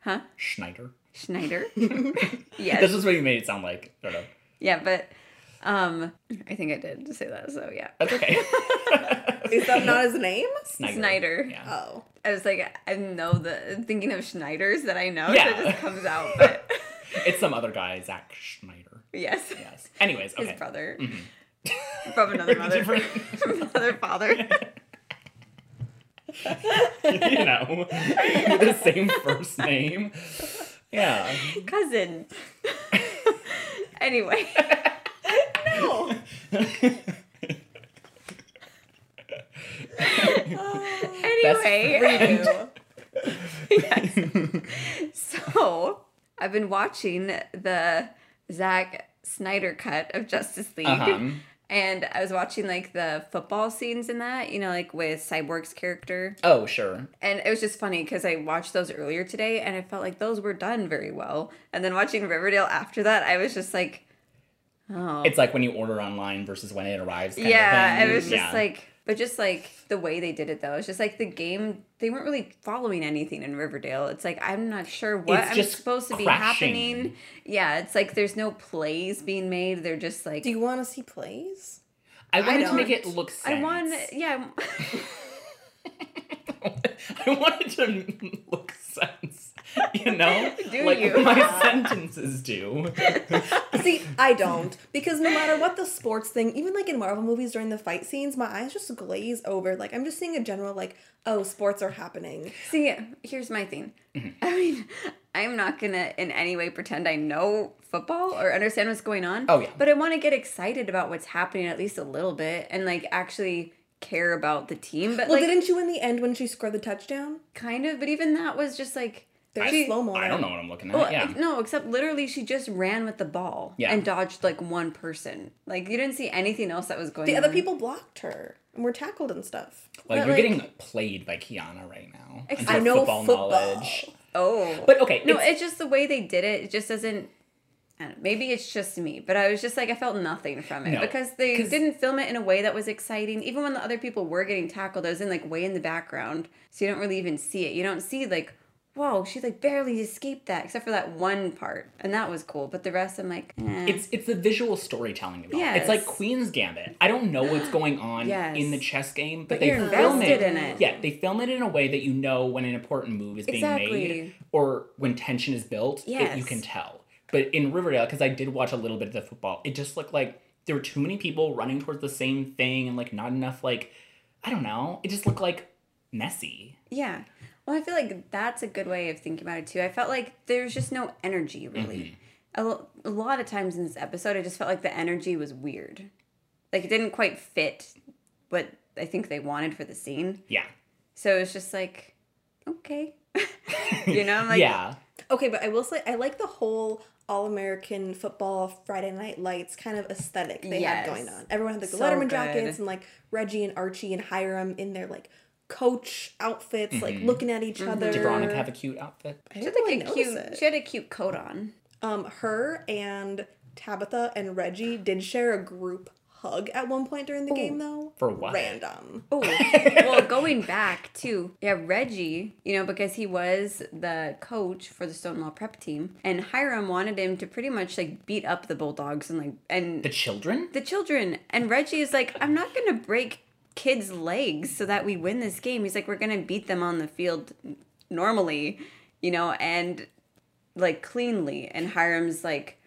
Huh? Schneider. Schneider? This yes. is what you made it sound like. I don't know. Yeah, but um I think I did say that, so yeah. That's okay. Is that not his name? Snyder. Yeah. Oh. I was like, I know the thinking of Schneiders that I know, so Yeah. it just comes out. But It's some other guy, Zach Schneider. yes, Yes. Anyways, his okay. Mm-hmm. brother from another mother, Different- from another father. you know, the same first name. Yeah. cousin. anyway, No. anyway, Redo. so I've been watching the Zack Snyder cut of Justice League. Uh-huh. And I was watching like the football scenes in that, you know, like with Cyborg's character. Oh, sure. And it was just funny because I watched those earlier today and I felt like those were done very well. And then watching Riverdale after that, I was just like, oh. It's like when you order online versus when it arrives. Kind yeah, of thing. it was just Yeah. like, but just like the way they did it though, it's just like the game, they weren't really following anything in Riverdale. It's like, I'm not sure what It's I'm just supposed to be crashing. happening. Yeah, it's like there's no plays being made. They're just like, Do you want to see plays? I wanted to make don't- it look. Sense. I want, yeah, I wanted to look sense. You know, Do like you? my sentences do. See, I don't because no matter what the sports thing, even like in Marvel movies during the fight scenes, my eyes just glaze over. Like I'm just seeing a general like, oh, sports are happening. See, here's my thing. Mm-hmm. I mean, I'm not gonna in any way pretend I know football or understand what's going on. Oh, yeah. But I want to get excited about what's happening at least a little bit and like actually care about the team. But Well, like, didn't you in the end when she scored the touchdown? kind of. But even that was just like. There's she- slow mo. I don't know what I'm looking at. Well, Uh, yeah. ex- No, except literally she just ran with the ball Yeah. and dodged like one person. Like you didn't see anything else that was going The on. other people blocked her and were tackled and stuff. Like But, like- you're getting played by Kiana right now. Ex- Into I know football. Oh. But okay, No, it's- it's just the way they did it. It just doesn't. I don't know, maybe it's just me, but I was just like I felt nothing from it No, because they 'cause- didn't film it in a way that was exciting. Even when the other people were getting tackled, I was in like way in the background, so you don't really even see it. You don't see like, whoa, she like barely escaped that, except for that one part, and that was cool. But the rest, I'm like, eh. it's it's the visual storytelling of it. all. It's Yes. like Queen's Gambit. I don't know what's going on Yes. in the chess game, but, But they you're film it. invested in it. Yeah, they film it in a way that you know when an important move is being made Exactly. or when tension is built. it- you Yes. can tell. But in Riverdale, because I did watch a little bit of the football, it just looked like there were too many people running towards the same thing and like not enough like I don't know. It just looked like messy. Yeah. Well, I feel like that's a good way of thinking about it too. I felt like there's just no energy really. A lo- A, lot of times in this episode, I just felt like the energy was weird. Like it didn't quite fit what I think they wanted for the scene. Yeah. So it was just like, okay. you know, I'm like, yeah. Okay, but I will say I like the whole all American football Friday Night Lights kind of aesthetic they Yes. had going on. Everyone had the So Letterman good. jackets and like Reggie and Archie and Hiram in their like coach outfits, like looking at each other. Mm-hmm. Mm-hmm. Mm. Did Veronica have a cute outfit? I She had, didn't like really a cute, notice it. she had a cute coat on. Um, her and Tabitha and Reggie did share a group hug at one point during the game, though. For what? Random. Oh, well, going back to yeah, Reggie, you know, because he was the coach for the Stonewall Prep team, and Hiram wanted him to pretty much like beat up the Bulldogs and like and The children? the children. And Reggie is like, I'm not gonna break kids' legs so that we win this game. He's like, we're gonna beat them on the field normally, you know, and like cleanly. And Hiram's like,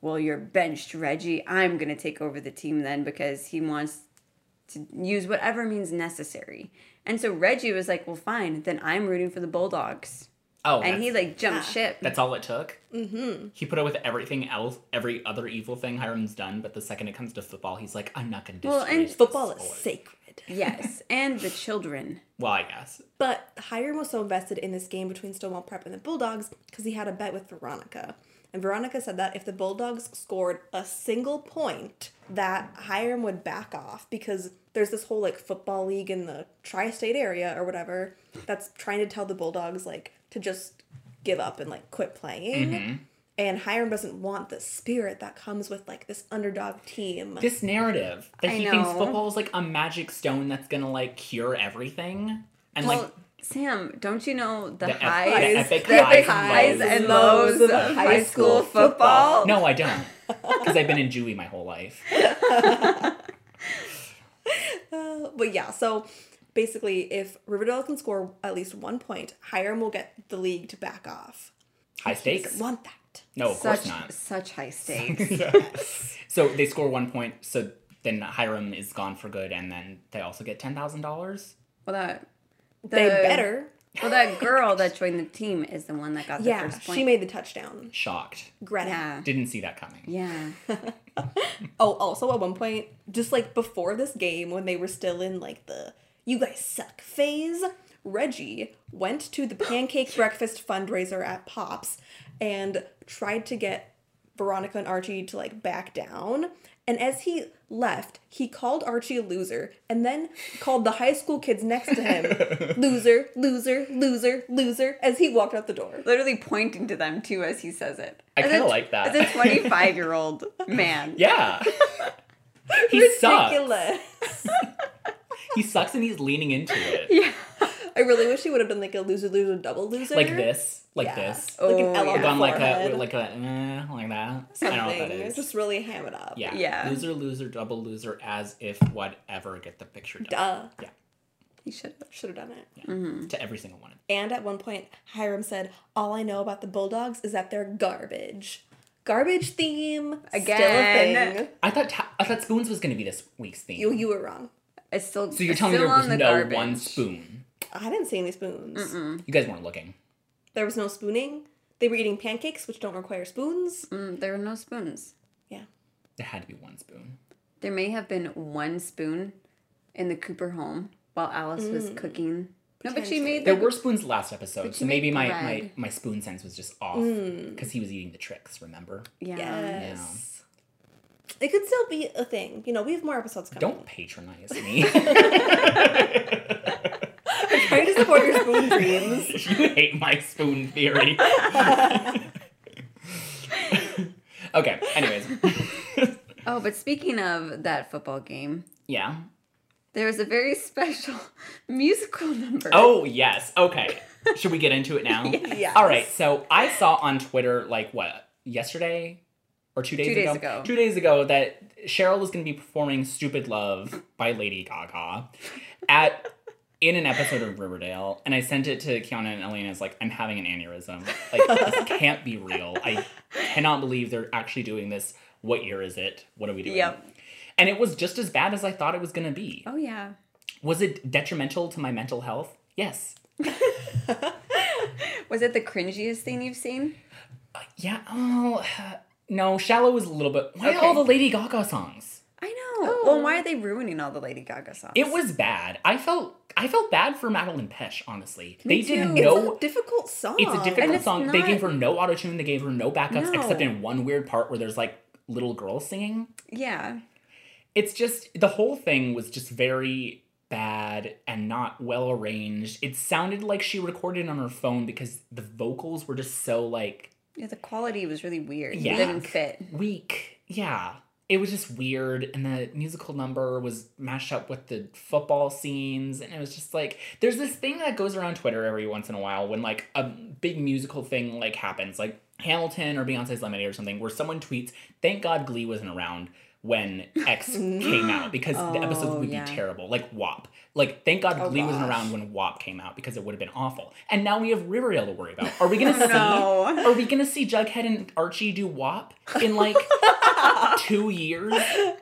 well, you're benched, Reggie. I'm gonna take over the team then because he wants to use whatever means necessary. And so Reggie was like, well, fine, then I'm rooting for the Bulldogs. Oh, And he that's- like jumped ship. That's all it took. Mm-hmm. He put up with everything else, every other evil thing Hiram's done. But the second it comes to football, he's like, I'm not going to. Well, and Football is sacred. yes, and the children. Well, I guess. But Hiram was so invested in this game between Stonewall Prep and the Bulldogs because he had a bet with Veronica. And Veronica said that if the Bulldogs scored a single point, that Hiram would back off because there's this whole like football league in the tri-state area or whatever that's trying to tell the Bulldogs like to just give up and like quit playing. Mm-hmm. And Hiram doesn't want the spirit that comes with like this underdog team. This narrative that I he thinks know. football is like a magic stone that's going to like cure everything. And Well, like, Sam, don't you know the, The ep- highs, the epic epic highs highs and and lows. lows of high school football? no, I don't. Because I've been in Dewey my whole life. Uh, but yeah, so basically, if Riverdale can score at least one point, Hiram will get the league to back off. High He stakes? doesn't want that. No, of such course not. such high stakes. So they score one point. So then Hiram is gone for good, and then they also get ten thousand dollars. well, that the, they better. Well, that girl that joined the team is the one that got the Yeah, first point. she made the touchdown. Shocked. Greta. yeah, Didn't see that coming. yeah. Oh, also at one point, just like before this game, when they were still in like the "you guys suck" phase, Reggie went to the pancake breakfast fundraiser at Pops and tried to get Veronica and Archie to like back down. And as he left, he called Archie a loser and then called the high school kids next to him loser, loser, loser, loser as he walked out the door. Literally pointing to them too as he says it. I As a kinda tw- like that. As a 25 year old man. Yeah. he sucks. Ridiculous. He sucks, and he's leaning into it. Yeah. I really wish he would have been like a loser, loser, double loser. Like this. Like Yeah. this. Like Oh, an L on yeah. the Gone like forehead. a like a eh, like that. I don't know what that something. is. Just really ham it up. yeah. Yeah. Loser, loser, double loser, as if whatever. Get the picture done. Mm-hmm. Duh. He should have. Should have done it. To every single one. And at one point, Hiram said, All I know about the Bulldogs is that they're garbage. Garbage theme. Again. Still a thing. I thought ta- I thought spoons was going to be this week's theme. You, you were wrong. It's still. so you're it's telling me still there was on the no garbage. one spoon. I didn't see any spoons. You guys weren't looking. There was no spooning. They were eating pancakes, which don't require spoons. Mm, there were no spoons. Yeah. There had to be one spoon. There may have been one spoon in the Cooper home while Alice was cooking. No, but she made There the were spoons last episode, so maybe my, my bread. my spoon sense was just off because he was eating the tricks. Remember? yeah. Yes. It could still be a thing. You know, we have more episodes coming. Don't patronize me. try to support your spoon dreams. you hate my spoon theory. okay. Anyways. Oh, but speaking of that football game, yeah. there was a very special musical number. Oh yes. Okay. Should we get into it now? Yes. All right. So I saw on Twitter like what yesterday or two days, Two days ago, ago. two days ago that Cheryl was going to be performing "Stupid Love" by Lady Gaga at in an episode of Riverdale, and I sent it to Kiana and Elena. I was like, "I'm having an aneurysm. Like this can't be real. I cannot believe they're actually doing this. What year is it? What are we doing?" Yep. And it was just as bad as I thought it was going to be. Oh, yeah. Was it detrimental to my mental health? Yes. Was it the cringiest thing you've seen? Yeah. Oh, no. Shallow is a little bit. Why Okay. all the Lady Gaga songs? I know. Well, why are they ruining all the Lady Gaga songs? Oh. It was bad. I felt I felt bad for Madeline Pesh. Honestly, they did too. no. It's a difficult song. It's a difficult And it's song. They not- gave her no auto tune. They gave her no backups No. except in one weird part where there's like little girls singing. yeah. It's just the whole thing was just very bad and not well arranged. It sounded like she recorded on her phone because the vocals were just so like Yeah, the quality was really weird. Yeah. It didn't fit. weak. Yeah. It was just weird, and the musical number was mashed up with the football scenes, and it was just like there's this thing that goes around Twitter every once in a while when like a big musical thing like happens, like Hamilton or Beyonce's Lemonade or something, where someone tweets, "Thank God Glee wasn't around when X came out because the episodes Oh, would yeah. be terrible." Like WAP, like thank God Oh, Glee wasn't gosh. around when WAP came out because it would have been awful. And now we have Riverdale to worry about. Are we gonna see? No. Are we gonna see Jughead and Archie do WAP in like two years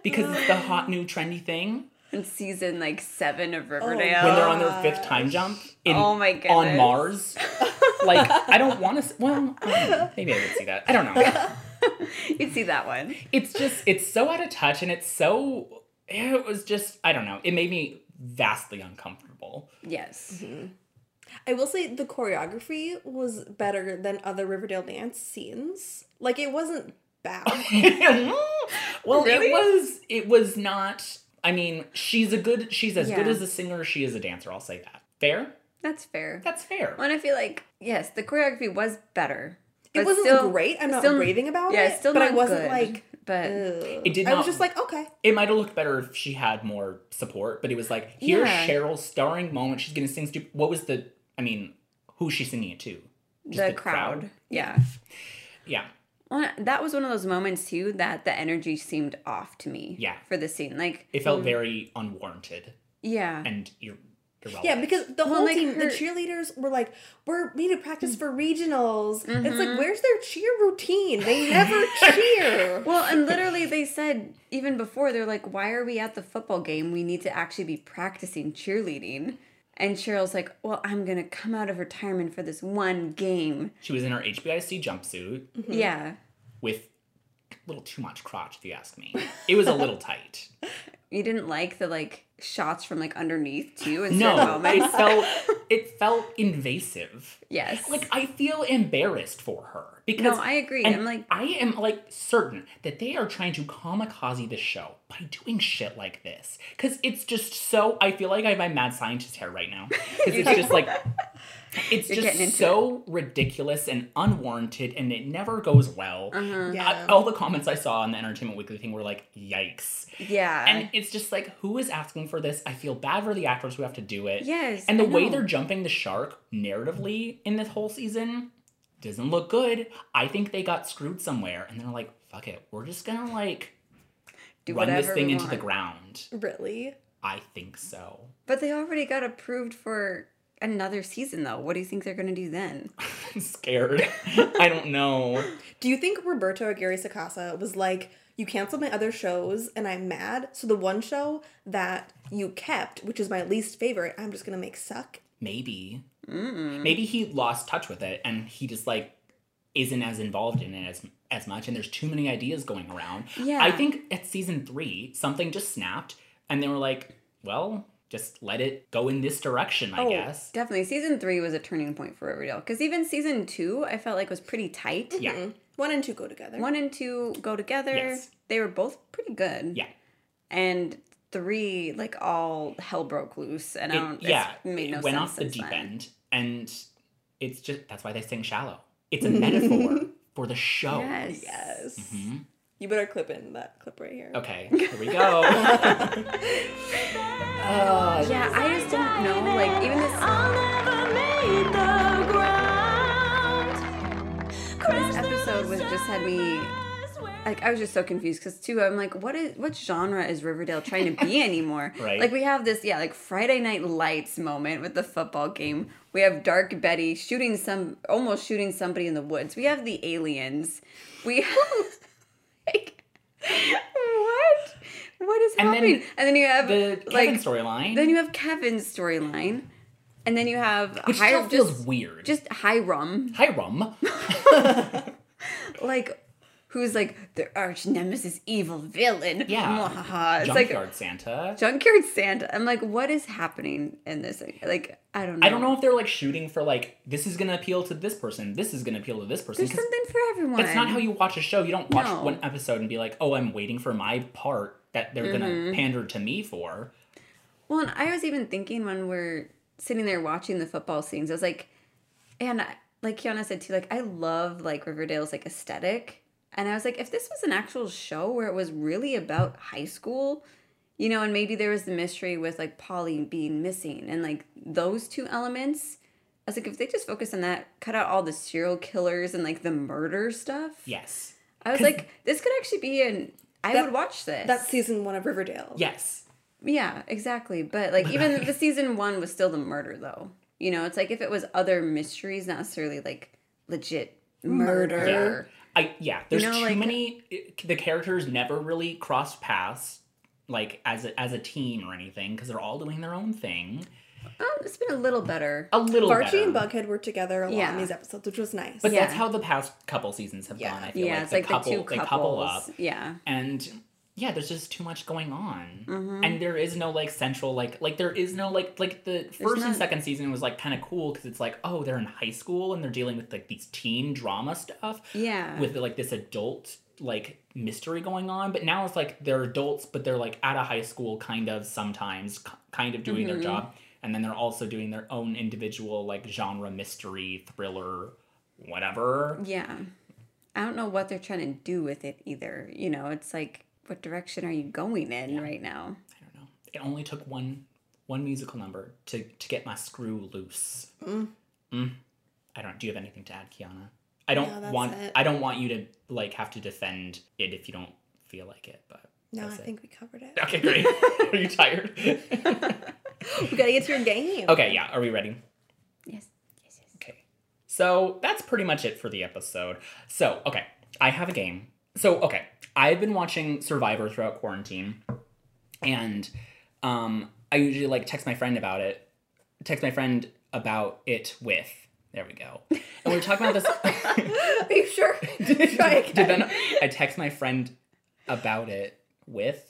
because it's the hot new trendy thing In season like seven of Riverdale. Oh. when they're on their fifth time jump in oh my goodness. on Mars? Like I don't want to. Well, I don't know. maybe I would see that. I don't know. You'd see that one. It's just it's so out of touch and it's so it was just I don't know. It made me vastly uncomfortable. Yes. I will say the choreography was better than other Riverdale dance scenes. Like it wasn't bad. well, Really? it was it was not. I mean, she's a good. She's as good Yeah. as a singer. as She is a dancer. I'll say that. Fair. That's fair. That's fair. When I feel like, yes, the choreography was better. but it wasn't great. I'm not still- raving about Yeah, it. it's still but not I wasn't good, like But Ugh. It did I was not- just like, okay. It might have looked better if she had more support, but it was like, here's Yeah. Cheryl's starring moment. She's gonna sing stupid. What was the? I mean, who's she singing it to? Just the, crowd. Yeah. Yeah. Well, that was one of those moments too that the energy seemed off to me. Yeah. For the scene, like It felt very unwarranted yeah, and ir- irrelevant. Yeah, because Well, the Mm. whole like team, the her- cheerleaders were like, "We're we need to practice for regionals." It's Mm-hmm. like, where's their cheer routine? They never cheer. Well, and literally, they said even before, they're like, why are we at the football game? We need to actually be practicing cheerleading. And Cheryl's like, well, I'm going to come out of retirement for this one game. she was in her HBIC jumpsuit Yeah. with a little too much crotch, if you ask me. It was a little tight. You didn't like the like shots from like underneath too in certain No, it moments. felt it felt invasive. Yes. Like I feel embarrassed for her because no, I agree. And I'm like, I am like certain that they are trying to kamikaze the show by doing shit like this. Cause it's just so I feel like I have my mad scientist hair right now. Because it's just like it's You're getting into just so ridiculous and unwarranted and it never goes well. uh-huh. Yeah. I- all the comments I saw on the Entertainment Weekly thing were like, yikes. yeah. And it's just like, who is asking for this? I feel bad for the actors who have to do it. yes. And I the way know. they're jumping the shark narratively in this whole season doesn't look good. I think they got screwed somewhere and they're like, fuck it, we're just gonna like Do run this whatever thing we into the want. ground. really? I think so. But they already got approved for another season though. What do you think they're going to do then? I'm scared. I don't know. Do you think Roberto or Gary Sacasa was like, "You canceled my other shows, and I'm mad. So the one show that you kept, which is my least favorite, I'm just gonna make suck." Maybe. Mm. Maybe he lost touch with it and he just like isn't as involved in it as as much and there's too many ideas going around. Yeah. I think at season three, something just snapped and they were like, well, just let it go in this direction, I Oh, guess. Definitely, season three was a turning point for Riverdale because even season two, I felt like was pretty tight. Yeah. Mm. One and two go together. One and two go together. Yes. They were both pretty good. Yeah. And three, like all hell broke loose, and I It- don't. yeah, it's made no it went sense off the since deep then. end, and it's just that's why they sing "Shallow." It's a metaphor for the show. Yes. Yes. Mhm. You better clip in that clip right here. Okay, here we go. Uh, Yeah, I just don't know. Like even this this episode was just had me. Like I was just so confused because too I'm like what is what genre is Riverdale trying to be anymore? Right. Like we have this yeah like Friday Night Lights moment with the football game. We have Dark Betty shooting some almost shooting somebody in the woods. We have the aliens. We have like what what is And then happening? and then you have the like Kevin storyline, then you have Kevin's storyline, and then you have which Hi- still feels just, weird. just Hiram, Hiram, like who's like the arch nemesis, evil villain. Yeah. Mwahaha. it's like junkyard Santa. junkyard Santa. I'm like, what is happening in this? Like, I don't know. I don't know if they're like shooting for like this is gonna appeal to this person, this is gonna appeal to this person. There's 'cause something for everyone. That's not how you watch a show. You don't watch No. one episode and be like, oh, I'm waiting for my part that they're Mm-hmm. gonna pander to me for. Well, and I was even thinking when we're sitting there watching the football scenes, I was like, and I, like Kiana said too, like I love like Riverdale's like aesthetic. And I was like, if this was an actual show where it was really about high school, you know, and maybe there was the mystery with like Polly being missing and like those two elements. I was like, if they just focus on that, cut out all the serial killers and like the murder stuff. Yes. I was like, this could actually be an. I That- would watch this. That's season one of Riverdale. Yes. Yeah, exactly. But like even the season one was still the murder though. You know, it's like if it was other mysteries, not necessarily like legit Oh murder. Yeah. I yeah. There's know, too like- many. The characters never really cross paths, like as a, as a team or anything, because they're all doing their own thing. Oh, it's been a little better. A little. better. Varchie and Bughead were together a lot Yeah. in these episodes, which was nice. But Yeah. that's how the past couple seasons have Yeah. gone. I feel Yeah, like it's the like couple the two they couples. couple up, Yeah. and yeah, there's just too much going on, Mm-hmm. and there is no like central like like there is no like like the first and not- second season was like kind of cool because it's like oh they're in high school and they're dealing with like these teen drama stuff Yeah. with like this adult like mystery going on but now it's like they're adults but they're like out of high school kind of sometimes k- kind of doing Mm-hmm. their Mhm. job and then they're also doing their own individual like genre mystery thriller whatever yeah. I don't know what they're trying to do with it either. You know, it's like what direction are you going in right now? i don't know it only took one one musical number to to get my screw loose Mm. Mm. i don't do you have anything to add kiana i don't No, that's want it. i don't want you to like have to defend it if you don't feel like it but no, I that's it. think we covered it. okay great are you tired we gotta get to your game. Okay, yeah. Are we ready? Yes. Yes, yes. Okay. So that's pretty much it for the episode. So, okay, I have a game. So, okay, I've been watching Survivor throughout quarantine, and um, I usually like text my friend about it. Text my friend about it with. There we go. And we were talking about this. Are you sure? Try Did that again. not- I text my friend about it with.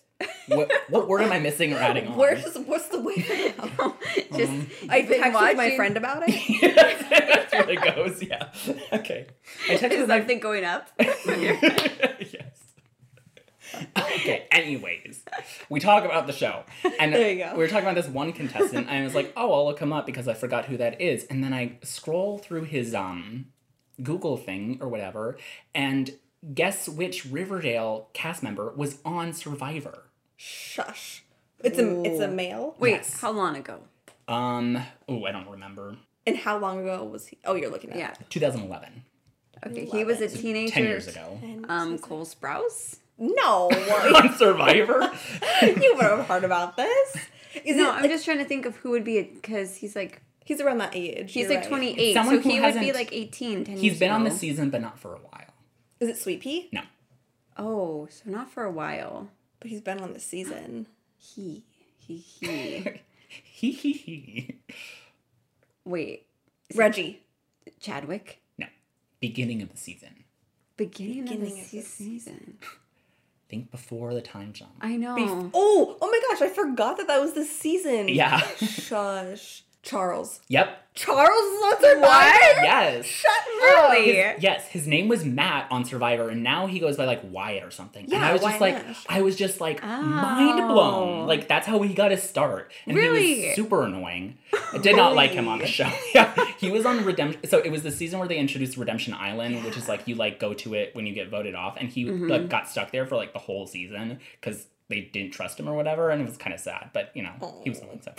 What, what word am I missing or adding on? Where's what's the way? Um, Just I You've been texted my watching- friend about it. That's where it goes. Yeah. Okay. I texted is my something going up? yes. Okay, anyways, we talk about the show. And There you go. we were talking about this one contestant, and I was like, oh, I'll look him up because I forgot who that is. And then I scroll through his um Google thing or whatever, and guess which Riverdale cast member was on Survivor? Shush. It's a it's a Ooh. male. Wait, Yes. how long ago? Um, oh, I don't remember. And how long ago was he? Oh, you're looking at. Yeah. 2011. Okay. He Love was a it. teenager. 10 years ago. And Um, she's like, Cole Sprouse. No, on Survivor? you would have heard about this. Is No, it, I'm like, just trying to think of who would be because he's like he's around that age. he's you're like right. 28, Someone so who he would be hasn't- like 18. 10 He's years been on the ago. season, but not for a while. Is it Sweet Pea? No. Oh, so not for a while. But he's been on this season. He, he, he. Hee hee hee. Wait, Reggie. Chadwick. No. Beginning of the season. Beginning, of Beginning the of se- the season. Think before the time jump. I know. Oh, oh my gosh! I forgot that that was this season. Yeah. Shush. Charles. Yep. Charles not survivor. Yes. Shut up. Really? Yes, his name was Matt on Survivor, and now he goes by like Wyatt or something. and Yeah, I was just Wyatt like, Nash. I was just like mind Oh. blown. Like that's how he got his start, and he Really? was super annoying. I did not like him on the show. yeah, he was on Redemption. So it was the season where they introduced Redemption Island, which is like you like go to it when you get voted off, and he like got stuck there for like the whole season because they didn't trust him or whatever, and it was kind of sad. But you know, he was annoying. So,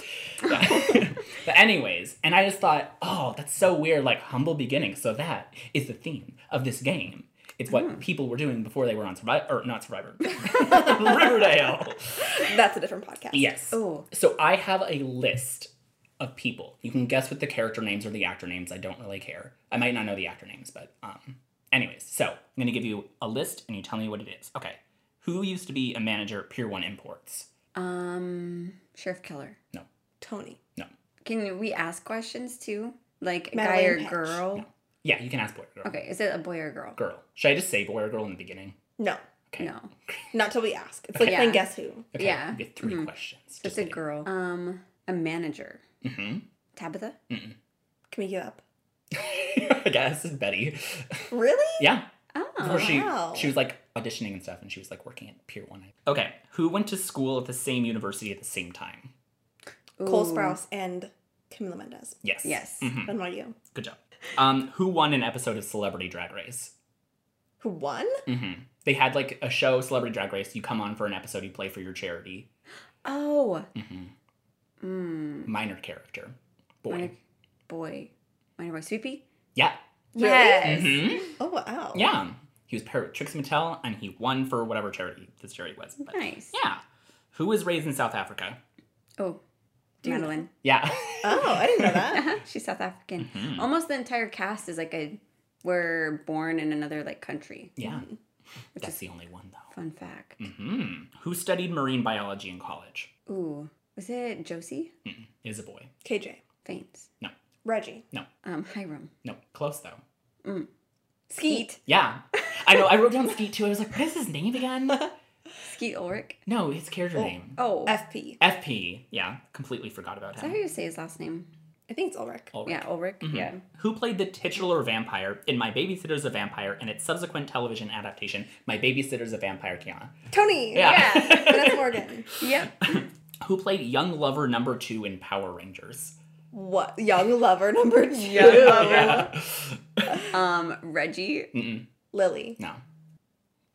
yeah. but anyways, and I just thought, oh, that's so weird. Like humble beginnings. So that is the theme of this game. It's what people were doing before they were on Survivor, or not Survivor, Riverdale. That's a different podcast. Yes. Oh. So I have a list of people. You can guess what the character names or the actor names. I don't really care. I might not know the actor names, but um. Anyways, so I'm gonna give you a list, and you tell me what it is. Okay. Who used to be a manager at Pier One Imports? Um, Sheriff Killer. Tony. No. Can we ask questions too? Like guy Madeline or Patch. girl? Yeah, you can ask boy or girl. Okay, is it a boy or girl? Girl. Should I just say boy or girl in the beginning? No. Okay. No, Not till we ask. It's like Yeah. playing Guess Who. Okay. Yeah. You get 3 questions. it's a girl. Um, a manager. Mm-hmm. Tabitha. Can we give up? I guess Betty. Really? Yeah. Oh, Before she wow. she was like auditioning and stuff, and she was like working at Pier One. Okay, who went to school at the same university at the same time? Ooh. Cole Sprouse and Camila Mendez. Yes. Yes. Mhm. NYU. Good job. Um, who won an episode of Celebrity Drag Race? Who won? hmm They had like a show, Celebrity Drag Race. You come on for an episode, you play for your charity. Oh. hmm Mm. Minor character, boy. Minor- Boy. Minor boy Sweepy? Yeah. Really? Yes. hmm Oh wow. Yeah. He was paired with Trix Mattel, and he won for whatever charity this charity was. But Nice. yeah. Who was raised in South Africa? Oh. Do you know? Madeline. Uh-huh. Yeah. Oh, I didn't know that. She's South African. Mhm. Almost the entire cast is like a were born in another like country. Yeah. Mm-hmm. That's the only one though. Fun fact. hmm Who studied marine biology in college? Ooh. Was it Josie? Mm-mm. Is a boy. KJ. Faints. Reggie. Um, Hiram. No, close though. Skeet. Yeah. I know. I wrote down Skeet too. I was like, what is his name again? Skeet Ulrich. No, his character Oh. name. Oh. FP. FP. Yeah. Completely forgot about Is that how you him. say his last name? I think it's Ulrich. Ulrich. Yeah, Ulrich. Mhm. Yeah. Who played the titular vampire in My Babysitter's a Vampire and its subsequent television adaptation, My Babysitter's a Vampire, Kiana? Tony. Yeah. Vanessa Morgan. Yep. Who played young lover number two in Power Rangers? What? Young lover number two. Young lover. Yeah. Um, Reggie. Mm-mm. Lily. No.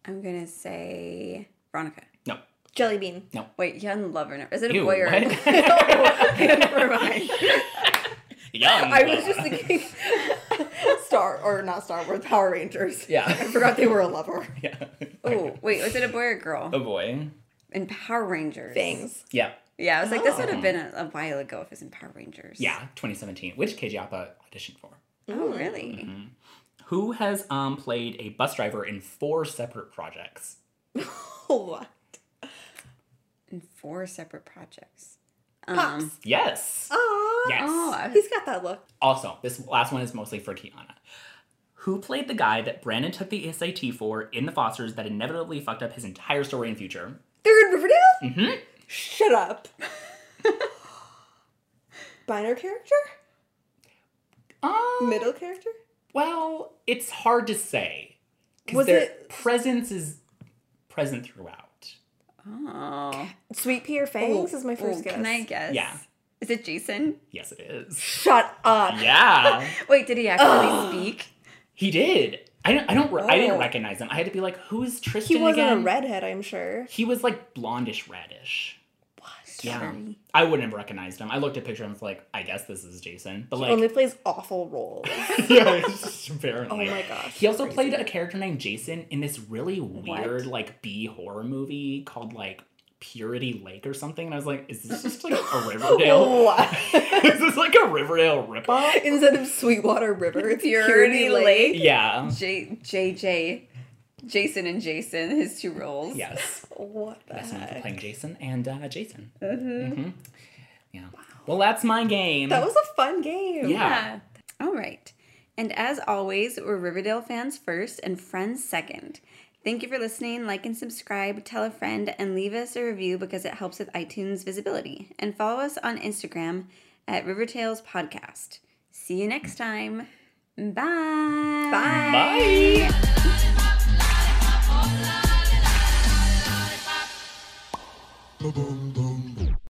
I'm gonna say Veronica. No. Jelly Bean. Wait, young lover. no- Is it a Ew, boy or? what? Never mind. Young. I was lover. just thinking Star or not Star Wars Power Rangers. I Yeah. forgot they were a lover. yeah. Oh wait, was it a boy or a girl? A boy. In Power Rangers. Things. Yeah. Yeah, I was like, this would Oh. have been a, a while ago if it was in Power Rangers. Yeah. 2017, which KJ Apa auditioned for. Oh really? Mhm. Who has um played a bus driver in four separate projects? What? In four separate projects. Pops. Um. Yes. Aw. Yes. Oh, I was, He's got that look. Also, this last one is mostly for Kiana. Who played the guy that Brandon took the SAT for in The Fosters that inevitably fucked up his entire story in future? They're in Riverdale? hmm Shut up. Minor character? Um, Middle character? well, it's hard to say. 'cause Was their it- presence is present throughout. oh. Sweet Pea or Fangs Ooh, is my first ooh, guess. Can I guess? Yeah. Is it Jason? Yes, it is. Shut up. Yeah, Wait, did he actually Ugh. speak? he did. I don't. I don't. re- I didn't Oh. recognize him. I had to be like, "Who is He Tristan wasn't again?" a redhead, I'm sure. He was like blondish reddish. Yeah. Sorry. I wouldn't have recognized him. I looked at picture and was like, I guess this is Jason. But like Only plays awful roles. yeah, it's- apparently. Oh my gosh, He also crazy. played a character named Jason in this really weird like B horror movie called like Purity Lake or something. And I was like, is this just like a Riverdale? What? is this like a Riverdale ripoff? Instead of Sweetwater River, it's Purity Purity Lake. Lake. Yeah. J JJ, Jason and Jason, his two roles. Yes. What the That's him heck? playing Jason and uh, Jason. Mhm. hmm Yeah. Well, that's my game. That was a fun game. Yeah. Yeah. All right. And as always, we're Riverdale fans first and friends second. Thank you for listening. Like and subscribe, tell a friend, and leave us a review because it helps with iTunes visibility. And follow us on Instagram at Rivertales Podcast. See you next time. Bye. Bye. Bye. Ba-boom, boom, boom.